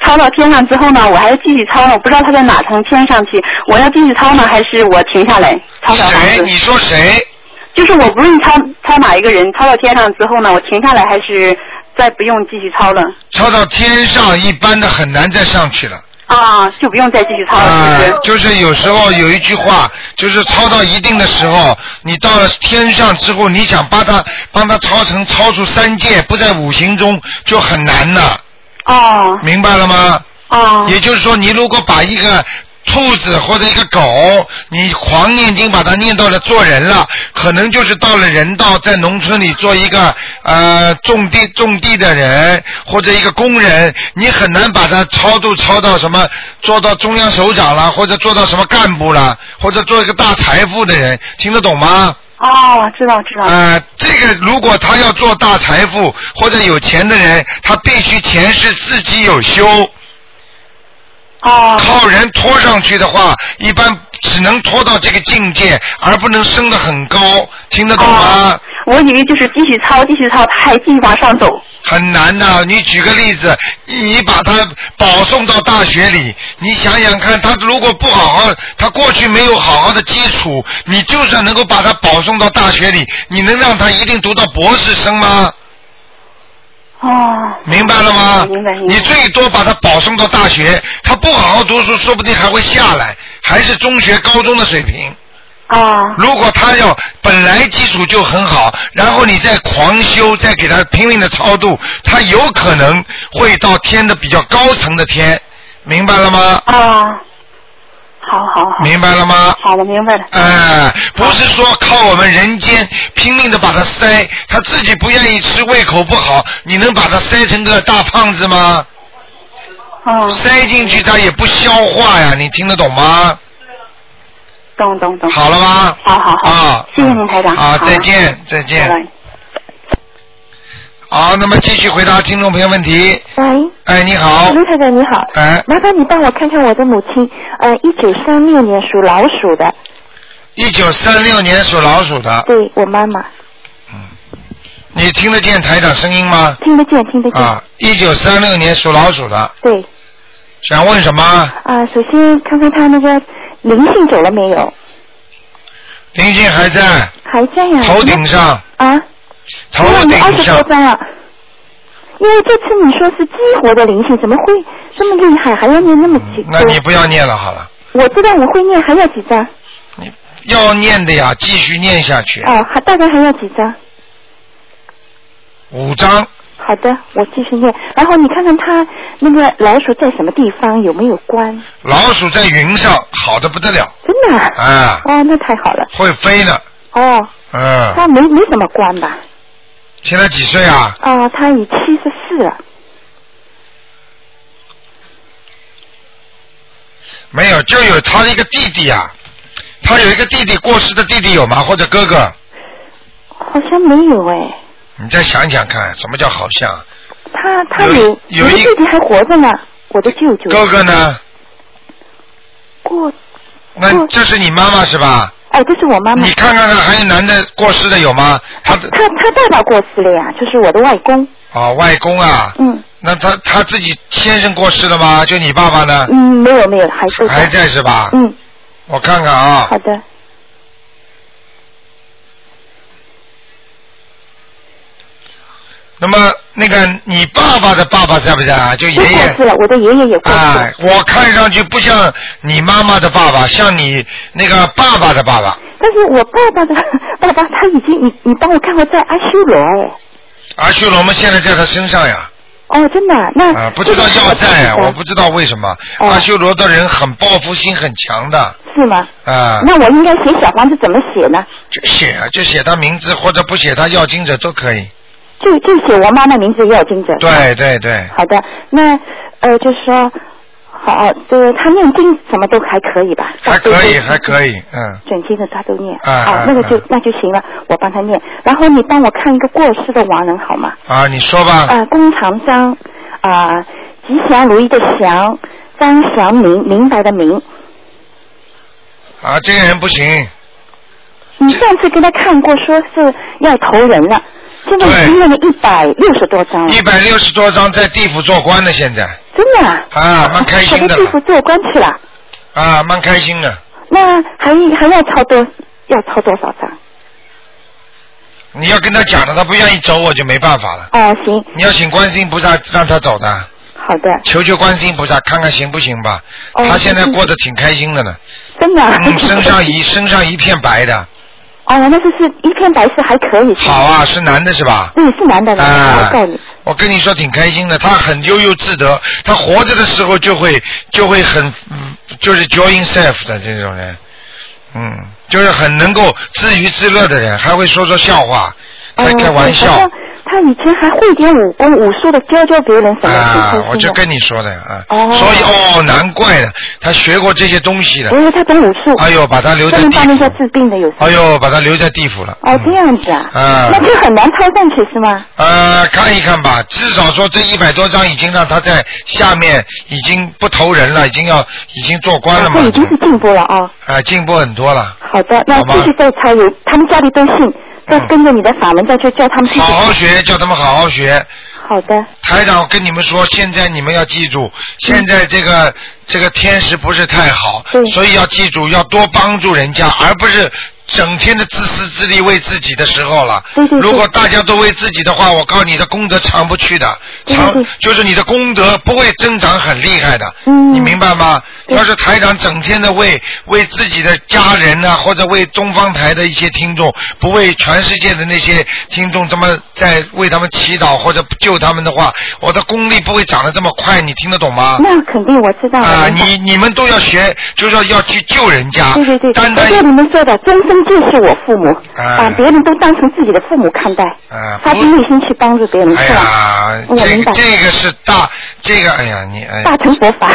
抄到天上之后呢，我还要继续抄呢，我不知道他在哪层天上去，我要继续抄呢，还是我停下来抄小房谁？子？你说谁？就是我不论抄抄哪一个人，抄到天上之后呢，我停下来还是再不用继续抄了抄到天上，一般的很难再上去了。啊，就不用再继续抄了，啊、是不是？就是有时候有一句话，就是抄到一定的时候，你到了天上之后，你想把它帮它抄成超出三界，不在五行中就很难了。哦。明白了吗？哦。也就是说，你如果把一个兔子或者一个狗，你狂念经把它念到了做人了，可能就是到了人道，在农村里做一个呃种地种地的人或者一个工人，你很难把它超度超到什么做到中央首长啦，或者做到什么干部啦，或者做一个大财富的人，听得懂吗？哦，知道知道。呃，这个如果他要做大财富或者有钱的人，他必须前世自己有修。哦。靠人拖上去的话，一般只能拖到这个境界，而不能升得很高，听得懂吗？哦我以为就是继续抄，继续抄，他还继续往上走。很难的。你举个例子，你把他保送到大学里，你想想看，他如果不好好，他过去没有好好的基础，你就算能够把他保送到大学里，你能让他一定读到博士生吗？哦。明白了吗？明白明白。你最多把他保送到大学，他不好好读书，说不定还会下来，还是中学、高中的水平。啊。如果他要本来基础就很好，然后你再狂修，再给他拼命的超度，他有可能会到天的比较高层的天，明白了吗？啊。好好好。明白了吗？好了，明白了。哎、不是说靠我们人间拼命的把他塞，他自己不愿意吃，胃口不好，你能把他塞成个大胖子吗？哦。塞进去他也不消化呀，你听得懂吗？懂懂懂。好了吗？好好好。啊谢谢您台长。啊，好再见，再见。拜拜好，那么继续回答听众朋友问题。喂，哎，你好，卢太太你好，哎，麻烦你帮我看看我的母亲，呃，一九三六年属老鼠的，一九三六年属老鼠的，对我妈妈，你听得见台长声音吗？听得见听得见，啊，一九三六年属老鼠的，对，想问什么？啊、首先看看她那个灵性走了没有，灵性还在还在嗯呀、头顶上，啊，头我们二顶十多上，张啊，因为这次你说是激活的灵性，怎么会这么厉害，还要念那么几嗯那你不要念了好了，我知道我会念，还要几张？要念的呀，继续念下去，嗯哦，还大概还要几张？五张，好的，我继续念。然后你看看它那个老鼠在什么地方，有没有关？老鼠在云上，好的不得了，真的啊？啊，哦，那太好了。会飞呢，哦，嗯，它没没怎么关吧？现在几岁啊？哦，它已七十四了。没有，就有他的一个弟弟啊，他有一个弟弟，过世的弟弟有吗？或者哥哥？好像没有哎。你再想想看，什么叫好像？它它有有有我的一弟弟还活着呢，我的舅舅。哥哥呢？过，那这是你妈妈是吧？哎，这是我哦妈妈。你看看看，还有男的过世的有吗？他他他爸爸过世了呀，就是我的外公。哦，外公啊。嗯。那他他自己先生过世了吗？就你爸爸呢？嗯，没有没有，还都啊还在是吧？嗯。我看看啊，好的，那么那个你爸爸的爸爸在不在啊？就都爷过爷世。了，我的爷爷也过世了。哎，我看上去不像你妈妈的爸爸，像你那个爸爸的爸爸。但是我爸爸的 爸爸他已经，你你帮我看过在阿修罗哎。阿修罗们现在在他身上呀，哦，真的啊、那、啊，不知道要债啊，我不知道为什么。阿修罗的人很报复心很强的，是吗？啊，那我应该写小房子怎么写呢？就写啊，就写他名字或者不写他要经者都可以。就就写我妈妈名字要经者。对对对，好的，那呃，就是说，好，就是他念经什么都还可以吧？还可以还可以，嗯，准经的他都念，啊啊哦，那个就啊那就行了，我帮他念。然后你帮我看一个过世的亡人好吗？啊，你说吧，呃，龚长章，啊、吉祥如意的祥，张祥明，明白的明。啊，这个人不行，你上次给他看过，说是要投人了，现在已经念了一百六十多张了，一百六十多张在地府做官呢，现在真的啊，啊，蛮开跑心 到的地了府做官去了。啊，蛮开心的。那还还要抄多要抄多少张？你要跟他讲的，他不愿意走，我就没办法了。哦，行，你要请观世音菩萨让他走的，好的，求求观世音菩萨看看行不行吧。哦他现在过得挺开心的呢，真的啊。嗯，身上一 身上一片白的，哦，那就是一片白是还可以。好啊，是男的是吧？嗯，是男的，男的，啊我告诉你。我跟你说挺开心的，他很悠悠自得，他活着的时候就会就会很，嗯就是 join self 的这种人，嗯，就是很能够自娱自乐的人，还会说说笑话，开开玩笑哦、好像他以前还会点武功武术的，教教别人什么。啊挺开心，的我就跟你说的啊，哦所以哦，难怪了，他学过这些东西的，因为他懂武术。哎呦把他留在专门地帮人家治病的有时候。哎呦，把他留在地府了。哦，这样子啊。啊那就很难抄上去是吗？呃，看一看吧，至少说这一百多张已经让他在下面已经不投人了，已经要已经做官了嘛哦这，已经是进步了啊、啊，进步很多了。好的，那继续再抄，有他们家里都信，再跟着你的法门再去教他们去。嗯好好学，叫他们好好学。好的。台长跟你们说，现在你们要记住，现在这个这个天时不是太好，所以要记住，要多帮助人家，而不是整天的自私自利为自己的时候了。如果大家都为自己的话，我告诉你的功德长不去的，长就是你的功德不会增长很厉害的。嗯你明白吗？要是台长整天的为为自己的家人呐、或者为东方台的一些听众，不为全世界的那些听众这么在为他们祈祷或者救他们的话，我的功力不会长得这么快，你听得懂吗？那肯定我知道了。啊、明白你啊你们都要学，就是要要去救人家。对对对，单我单对你们说的，终身就是我父母，啊把别人都当成自己的父母看待，啊、发不自内心去帮助别人，哎嗯是吧？呀，我这明个白这个是大，这个哎呀，你哎呀，大乘佛法，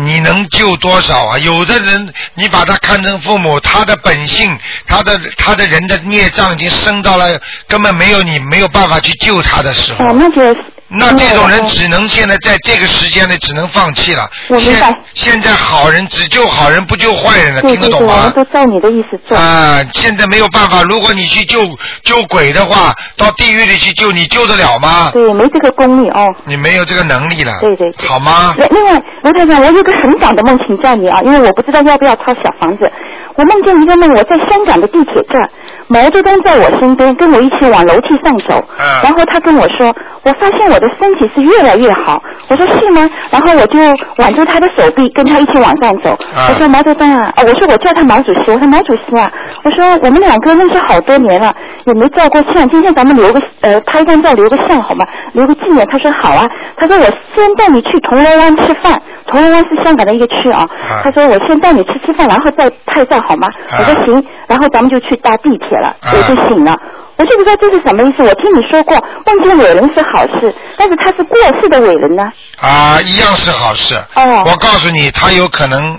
你能救多少啊？有的人，你把他看成父母，他的本性，他的他的人的孽障已经升到了根本没有你没有办法去救他的时候。哦，那就嗯那这种人只能现在在这个时间内只能放弃了。嗯我明白现现在好人只救好人不救坏人了，对听得对懂对，我吗们？都照你的意思做。啊，现在没有办法，如果你去救救鬼的话，到地狱里去救，你救得了吗？对，没这个功力哦。你没有这个能力了，对对好吗？另另外，卢台长，我有个很小的梦，请教你啊，因为我不知道要不要抄小房子。我梦见一个梦，我在香港的地铁站，毛泽东在我身边，跟我一起往楼梯上走。嗯呃然后他跟我说，我发现我的身体是越来越好。我说是吗？然后我就挽住他的手臂，跟他一起往上走。啊我说毛泽东啊，啊，我说我叫他毛主席，我说毛主席啊，我说我们两个认识好多年了，也没照过相，今天咱们留个呃拍张照留个相好吗？留个纪念。他说好啊，他说我先带你去铜锣湾吃饭，铜锣湾是香港的一个区啊。啊他说我先带你去吃饭，然后再拍照好吗？啊我说行，然后咱们就去搭地铁了，啊我就醒了。我就不知道这是什么意思。我听你说过，梦见伟人是好事，但是他是过世的伟人呢。啊，一样是好事。哦我告诉你，他有可能，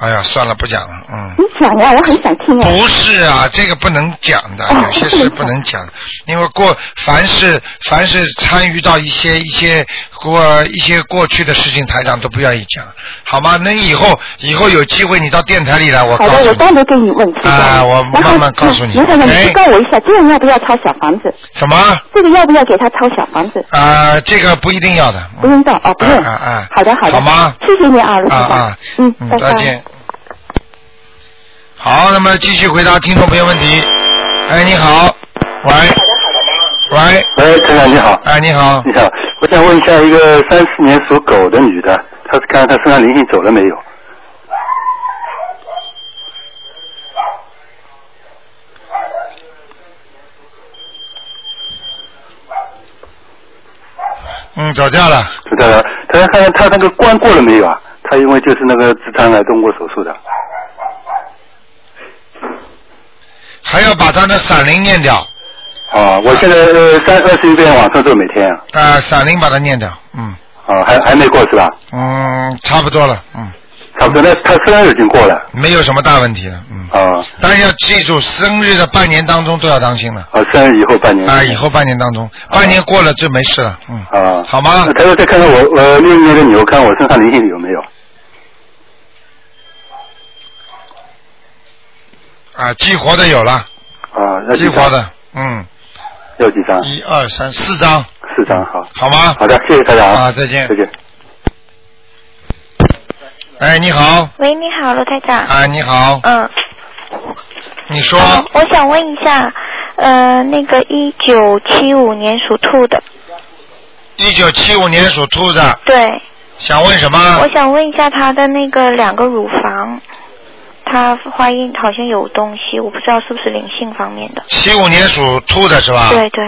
哎呀，算了，不讲了，嗯。你讲呀，我很想听哦呀。不是啊，这个不能讲的，有些事不能讲，因为过凡是凡是参与到一些一些过一些过去的事情，台长都不愿意讲，好吗？那以后以后有机会你到电台里来，我好告的，诉我你单独给你问题。啊，我然后慢慢告诉你。卢太太，你哎提，告我一下，这个要不要抄小房子？什么？这个要不要给他抄小房子？啊，这个不一定要的，不用到哦，不啊用。啊啊，好的，好的。好吗？谢谢你啊，啊卢太太啊。，嗯嗯，，拜再拜。见。好，那么继续回答听众朋友问题。哎，你好，喂，喂，喂，陈长你好。哎，你好。你好，我想问一下，一个三四年属狗的女的，她是看看她身上灵性走了没有？嗯，走掉了。知道了。她想看看她那个关过了没有啊？她因为就是那个直肠癌动过手术的，还要把他的闪灵念掉，啊，我现在呃三二十一遍往上做每天，啊，闪灵把它念掉，嗯啊，还还没过是吧？嗯，差不多了，嗯，差不多，那她虽然已经过了，没有什么大问题了，嗯，啊，但是要记住，生日的半年当中都要当心了，啊，虽然以后半年，啊，以后半年当中，半年过了就没事了，嗯，啊，好吗那她说再看看我呃六一年的牛，看我身上灵性有没有？啊，激活的有了，啊，要激几活张？的，嗯，要几张？一二三四张，四张，好。好吗？好的，谢谢大家啊，再见，再见。哎，你好，喂，你好，罗台长。啊，你好，嗯，你说，我想问一下，呃，那个一九七五年属兔的，一九七五年属兔的，对，想问什么我？想问一下她的那个两个乳房，她怀孕好像有东西，我不知道是不是灵性方面的。七五年属兔的是吧？对对，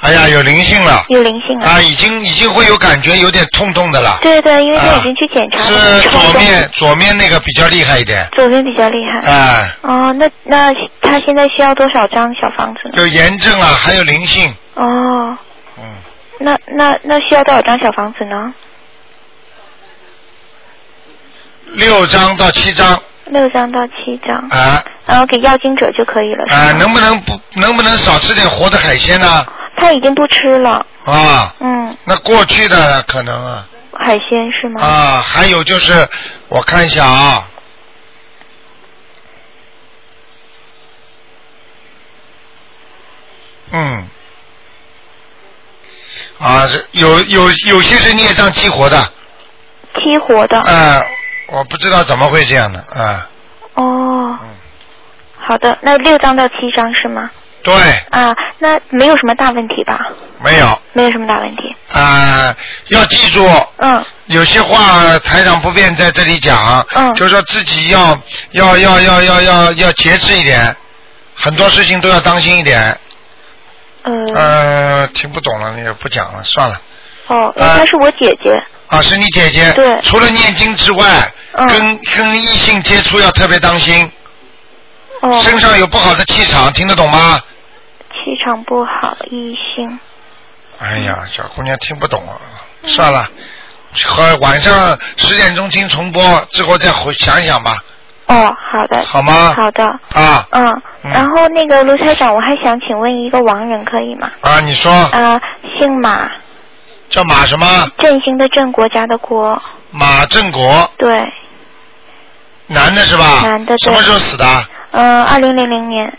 哎呀，有灵性了。有灵性啊，已经已经会有感觉，有点痛痛的了。对对，因为她啊已经去检查了，呃，抽左动面左面那个比较厉害一点，左边比较厉害。哎、哦，那那她现在需要多少张小房子呢？有炎症啊，还有灵性，哦，嗯，那那那需要多少张小房子呢？六张到七张六张到七张，啊然后给要经者就可以了。是啊，吗能不能不能不能少吃点活的海鲜呢、他已经不吃了，啊？嗯，那过去的可能啊海鲜是吗？啊，还有就是我看一下啊。嗯，啊，这有有有些是孽障激活的，激活的。啊，我不知道怎么会这样的啊。哦。嗯好的，那六张到七张是吗？对，啊，那没有什么大问题吧？没有没有什么大问题。啊，要记住，嗯，有些话台长不便在这里讲，嗯就说自己要要要要要要要节制一点，很多事情都要当心一点。嗯。呃，听不懂了，那就不讲了，算了。哦，因为她是我姐姐。啊，是你姐姐。对除了念经之外，嗯跟跟异性接触要特别当心，哦。身上有不好的气场，听得懂吗？气场不好，异性。哎呀，小姑娘听不懂啊。算了，嗯和晚上十点钟听重播，之后再回想一想吧。哦，好的。好吗好的。啊嗯，然后那个卢台长，我还想请问一个亡人，可以吗？啊，你说啊，姓马，叫马什么？振兴的振，国家的国，马正国，对，男的是吧？男的对啊什么时候死的？嗯，二零零零年，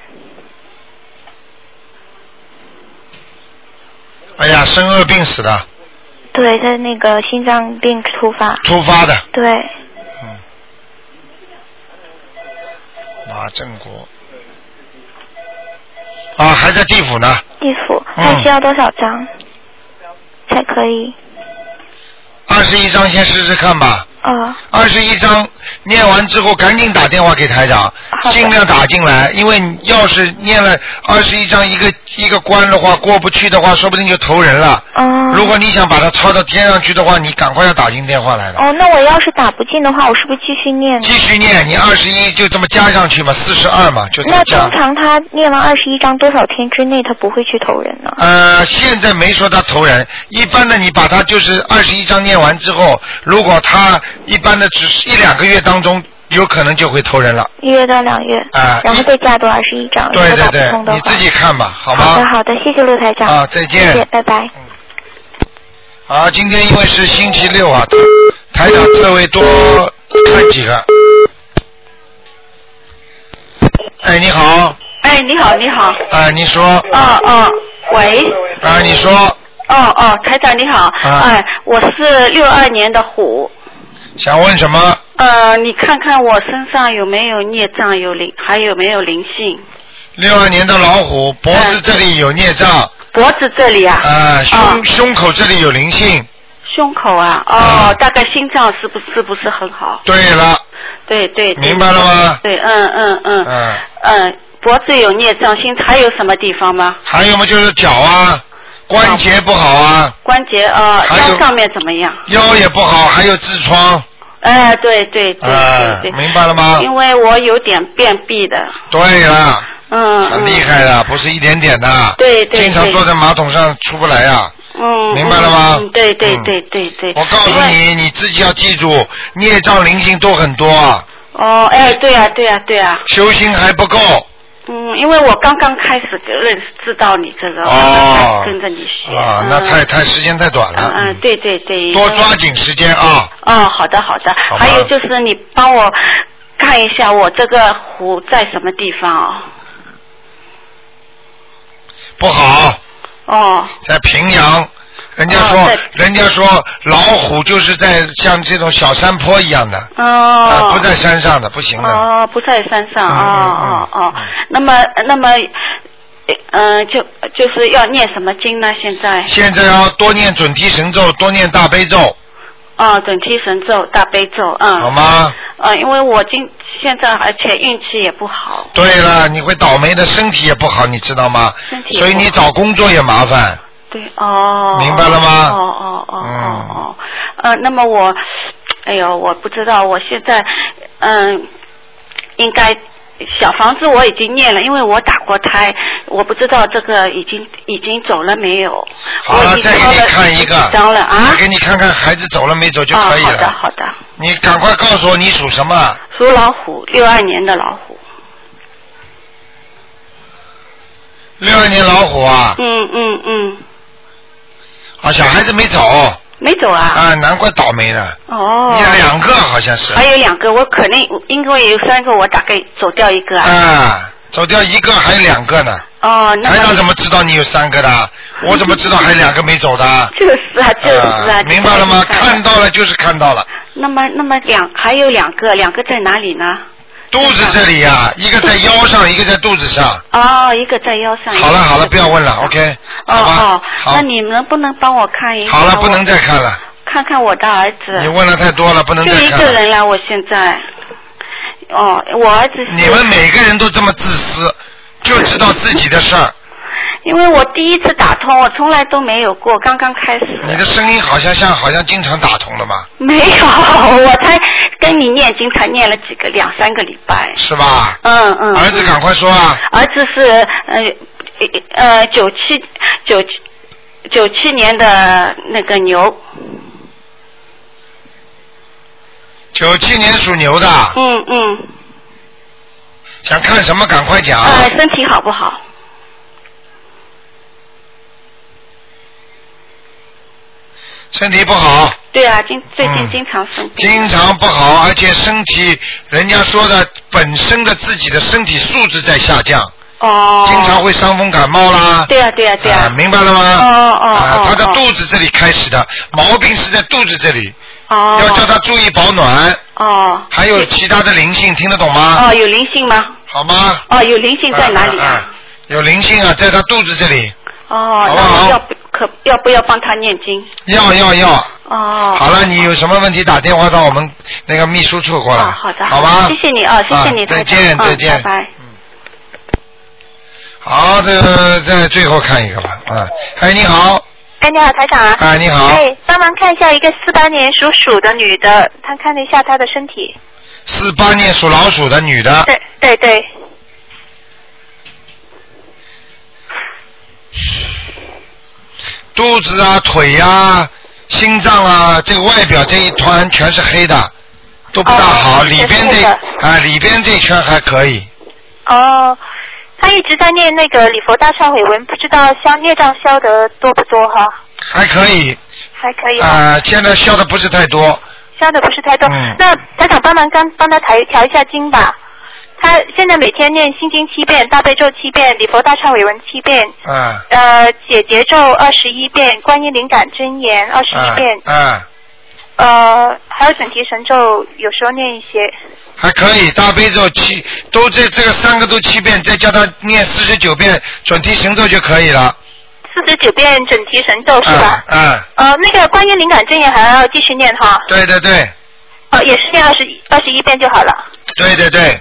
哎呀，生恶病死的，对，他那个心脏病突发。突发的。对，马正国。啊，还在地府呢，地府，嗯他需要多少张、才可以？二十一章先试试看吧。哦，二十一章念完之后，赶紧打电话给台长，尽量打进来，因为你要是念了二十一章一个一个关的话过不去的话，说不定就投人了。哦如果你想把它抄到天上去的话，你赶快要打进电话来的。哦，那我要是打不进的话，我是不是继续念呢？继续念，你二十一就这么加上去嘛，四十二嘛，就这么那加通。常他念完二十一章多少天之内他不会去投人呢？呃，现在没说他投人，一般的你把他就是二十一章念完之后，如果他一般的只是一两个月当中，有可能就会投人了。一月到两月，啊然后再加多二十一章，对如果对对打不通，的你自话。己看吧，好好吗的？好的，谢谢陆台长。啊再见谢谢，拜拜。好，今天因为是星期六啊，台长稍微多看几个。哎，你好，哎，你好，你好。啊，你说，哦哦，喂。啊，你说，哦哦，台长你好。啊哎，我是六二年的虎。想问什么？呃，你看看我身上有没有孽障，有灵，还有没有灵性？六二年的老虎脖子这里有孽障，嗯脖子这里啊，啊，胸胸口这里有灵性。胸口啊，哦，大概心脏是不是不是很好？嗯对了，对对。对明白了吗对，嗯嗯嗯嗯，嗯，脖子有孽障，心还有什么地方吗？还有嘛就是脚啊，关节不好啊，关节啊，呃还有腰上面怎么样？腰也不好，还有痔疮，哎，对对对啊对对，明白了吗因为我有点便秘的，对了，嗯，很嗯厉害的，不是一点点的，对对经常对坐在马桶上出不来啊。嗯，明白了吗嗯对对对对对。我告诉你，你自己要记住，孽障灵性都很多啊，哦，哎，对呀、对呀、对呀、修心还不够。嗯，因为我刚刚开始认识知道你这个，哦慢慢跟着你学。啊，那太太时间太短了，嗯，对对对。多抓紧时间啊。哦，好的好的。好吧还有就是你帮我看一下我这个湖在什么地方哦？不好。哦，在平阳，人家说，人家说老虎就是在像这种小山坡一样的，哦。啊，不在山上的，不行的。哦，不在山嗯上，哦哦哦。那么那么，嗯、呃就就是要念什么经呢？现在？现在要多念准提神咒，多念大悲咒，哦，准提神咒、大悲咒，嗯。好？吗？呃，因为我今现在而且运气也不好，对了，你会倒霉的，身体也不好，你知道吗？身体也不所以你找工作也麻烦。对哦。明白了吗嗯哦哦哦哦哦。呃，那么我，哎呦，我不知道，我现在嗯，应该。小房子我已经念了，因为我打过胎，我不知道这个已经已经走了没有。好了，再给你看一个，张了啊再给你看看孩子走了没走就啊可以了。好的好的，你赶快告诉我你属什么？属老虎，六二年的老虎。六二年老虎啊，嗯嗯嗯，啊，小孩子没走没走啊。啊，难怪倒霉呢。哦。啊你两个好像是。还有两个，我可能因为有三个，我大概走掉一个啊。啊，走掉一个还有两个呢。哦，那台么长怎么知道你啊有三个的？我怎么知道还有两个没走的？ 就是啊，就是啊。啊明白了吗？看到了就是看到了，那么，那么两还有两个，两个在哪里呢？肚子这里呀、 一个在腰上，一个在肚子上。哦，一个在腰上。好了好了，不要问了，OK。哦哦，好那你能不能帮我看一下？好了，不能再看了，看看我的儿子。你问了太多了，不能嗯就再一看个了。人了，我现在。哦，我儿子是。你们每个人都这么自私，就知道自己的事儿。因为我第一次打通，我从来都没有过，刚刚开始。 你的声音好像像好像经常打通了嘛，没有，我才跟你念经，才念了几个两三个礼拜。是吧？嗯嗯。儿子，赶快说啊！儿子是呃呃九七九七九七年的那个牛，九七年属牛的，嗯嗯，想看什么赶快讲。哎，身体好不好？身体不好，嗯对啊，经最近经常生病。经常不好，而且身体，人家说的本身的自己的身体素质在下降，哦。经常会伤风感冒啦。对啊对啊对啊啊。明白了吗？哦哦啊哦，他的哦肚子这里开始的毛病是在肚子这里，哦。要叫他注意保暖，哦。还有其他的啊灵性，听得懂吗？哦，有灵性吗？好吗？哦，有灵性在哪里啊？啊啊有灵性啊，在他肚子这里。哦，啊那我要不可要不要帮他念经？要要要。哦。好了，你有什么问题打电话到我们那个秘书处过来。好的，好吧谢谢你啊，谢谢你，啊再台长见嗯再见拜拜。好，这个在最后看一个吧，啊，哎，你好，哎，你好，台长啊！哎你好哎，帮忙看一下一个四八年属鼠的女的，她看了一下她的身体。四八年属老鼠的女的，对对对，肚子啊、腿呀、心脏啊，这个外表这一团全是黑的，都不大好，里边这啊里边这圈还可以，哦，她一直在念那个礼佛大忏悔文，不知道消孽障消得多不多哈？还可以还可以哈，啊，现在消的不是太多，消的不是太多。嗯那台长帮忙刚帮她调调一下经吧。她现在每天念心经七遍，大悲咒七遍，礼佛大忏悔文七遍，啊呃，解结咒二十一遍，观音灵感真言二十啊一遍，啊，呃，还有准提神咒，有时候念一些。还可以，大悲咒七都这这个三个都七遍，再叫他念四十九遍准提神咒就可以了，四十九遍准提神咒是吧？啊，呃，那个观音灵感真言还要继续念哈。对对对哦、也是念二十二十一遍就好了。对对对，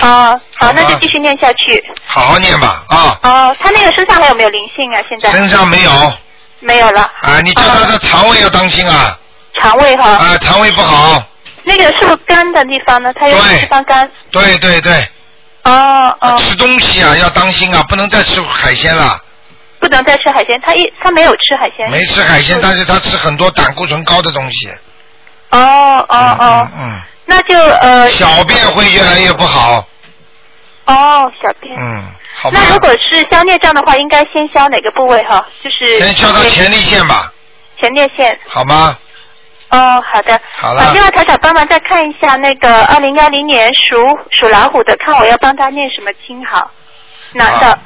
哦、好，那就继续念下去。好好念吧啊，哦、他那个身上还有没有灵性啊？现在身上没有没有了，啊，你叫他的肠胃要当心啊，肠胃哈。啊，肠胃不好，那个是不是肝的地方呢？他有地方肝。对对对。哦哦，吃东西啊要当心啊，不能再吃海鲜了。不能再吃海鲜，他一他没有吃海鲜。没吃海鲜，但是他吃很多胆固醇高的东西，哦哦哦，嗯，那就呃。小便会越来越不好。哦，小便。嗯，好吧。那如果是消孽障的话，应该先消哪个部位哈？就是先消到前列腺吧，前列腺。好吗？哦，好的。好啊，了另，外台长帮忙再看一下那个二零幺零年属属老虎的，看我要帮他念什么经好？男的。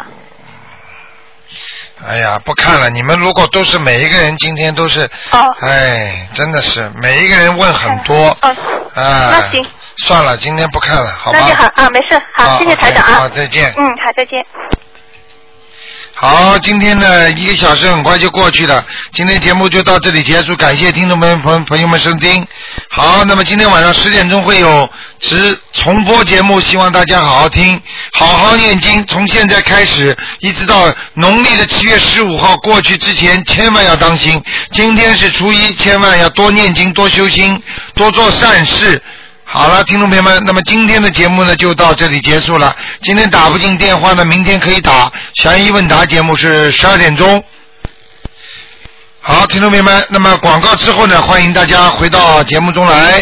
哎呀，不看了。你们如果都是每一个人今天都是，哦哎，真的是每一个人问很多，啊嗯那行，算了，今天不看了，好吧？那就好啊，没事，好，啊谢谢台长 OK，啊好。再见嗯，好，再见。好，今天的一个小时很快就过去了，今天节目就到这里结束，感谢听众朋友朋朋友们收听。好，那么今天晚上十点钟会有直重播节目，希望大家好好听，好好念经。从现在开始一直到农历的七月十五号过去之前，千万要当心。今天是初一，千万要多念经、多修心、多做善事。好了，听众朋友们，那么今天的节目呢就到这里结束了。今天打不进电话呢，明天可以打。悬疑问答节目是十二点钟。好，听众朋友们，那么广告之后呢，欢迎大家回到节目中来。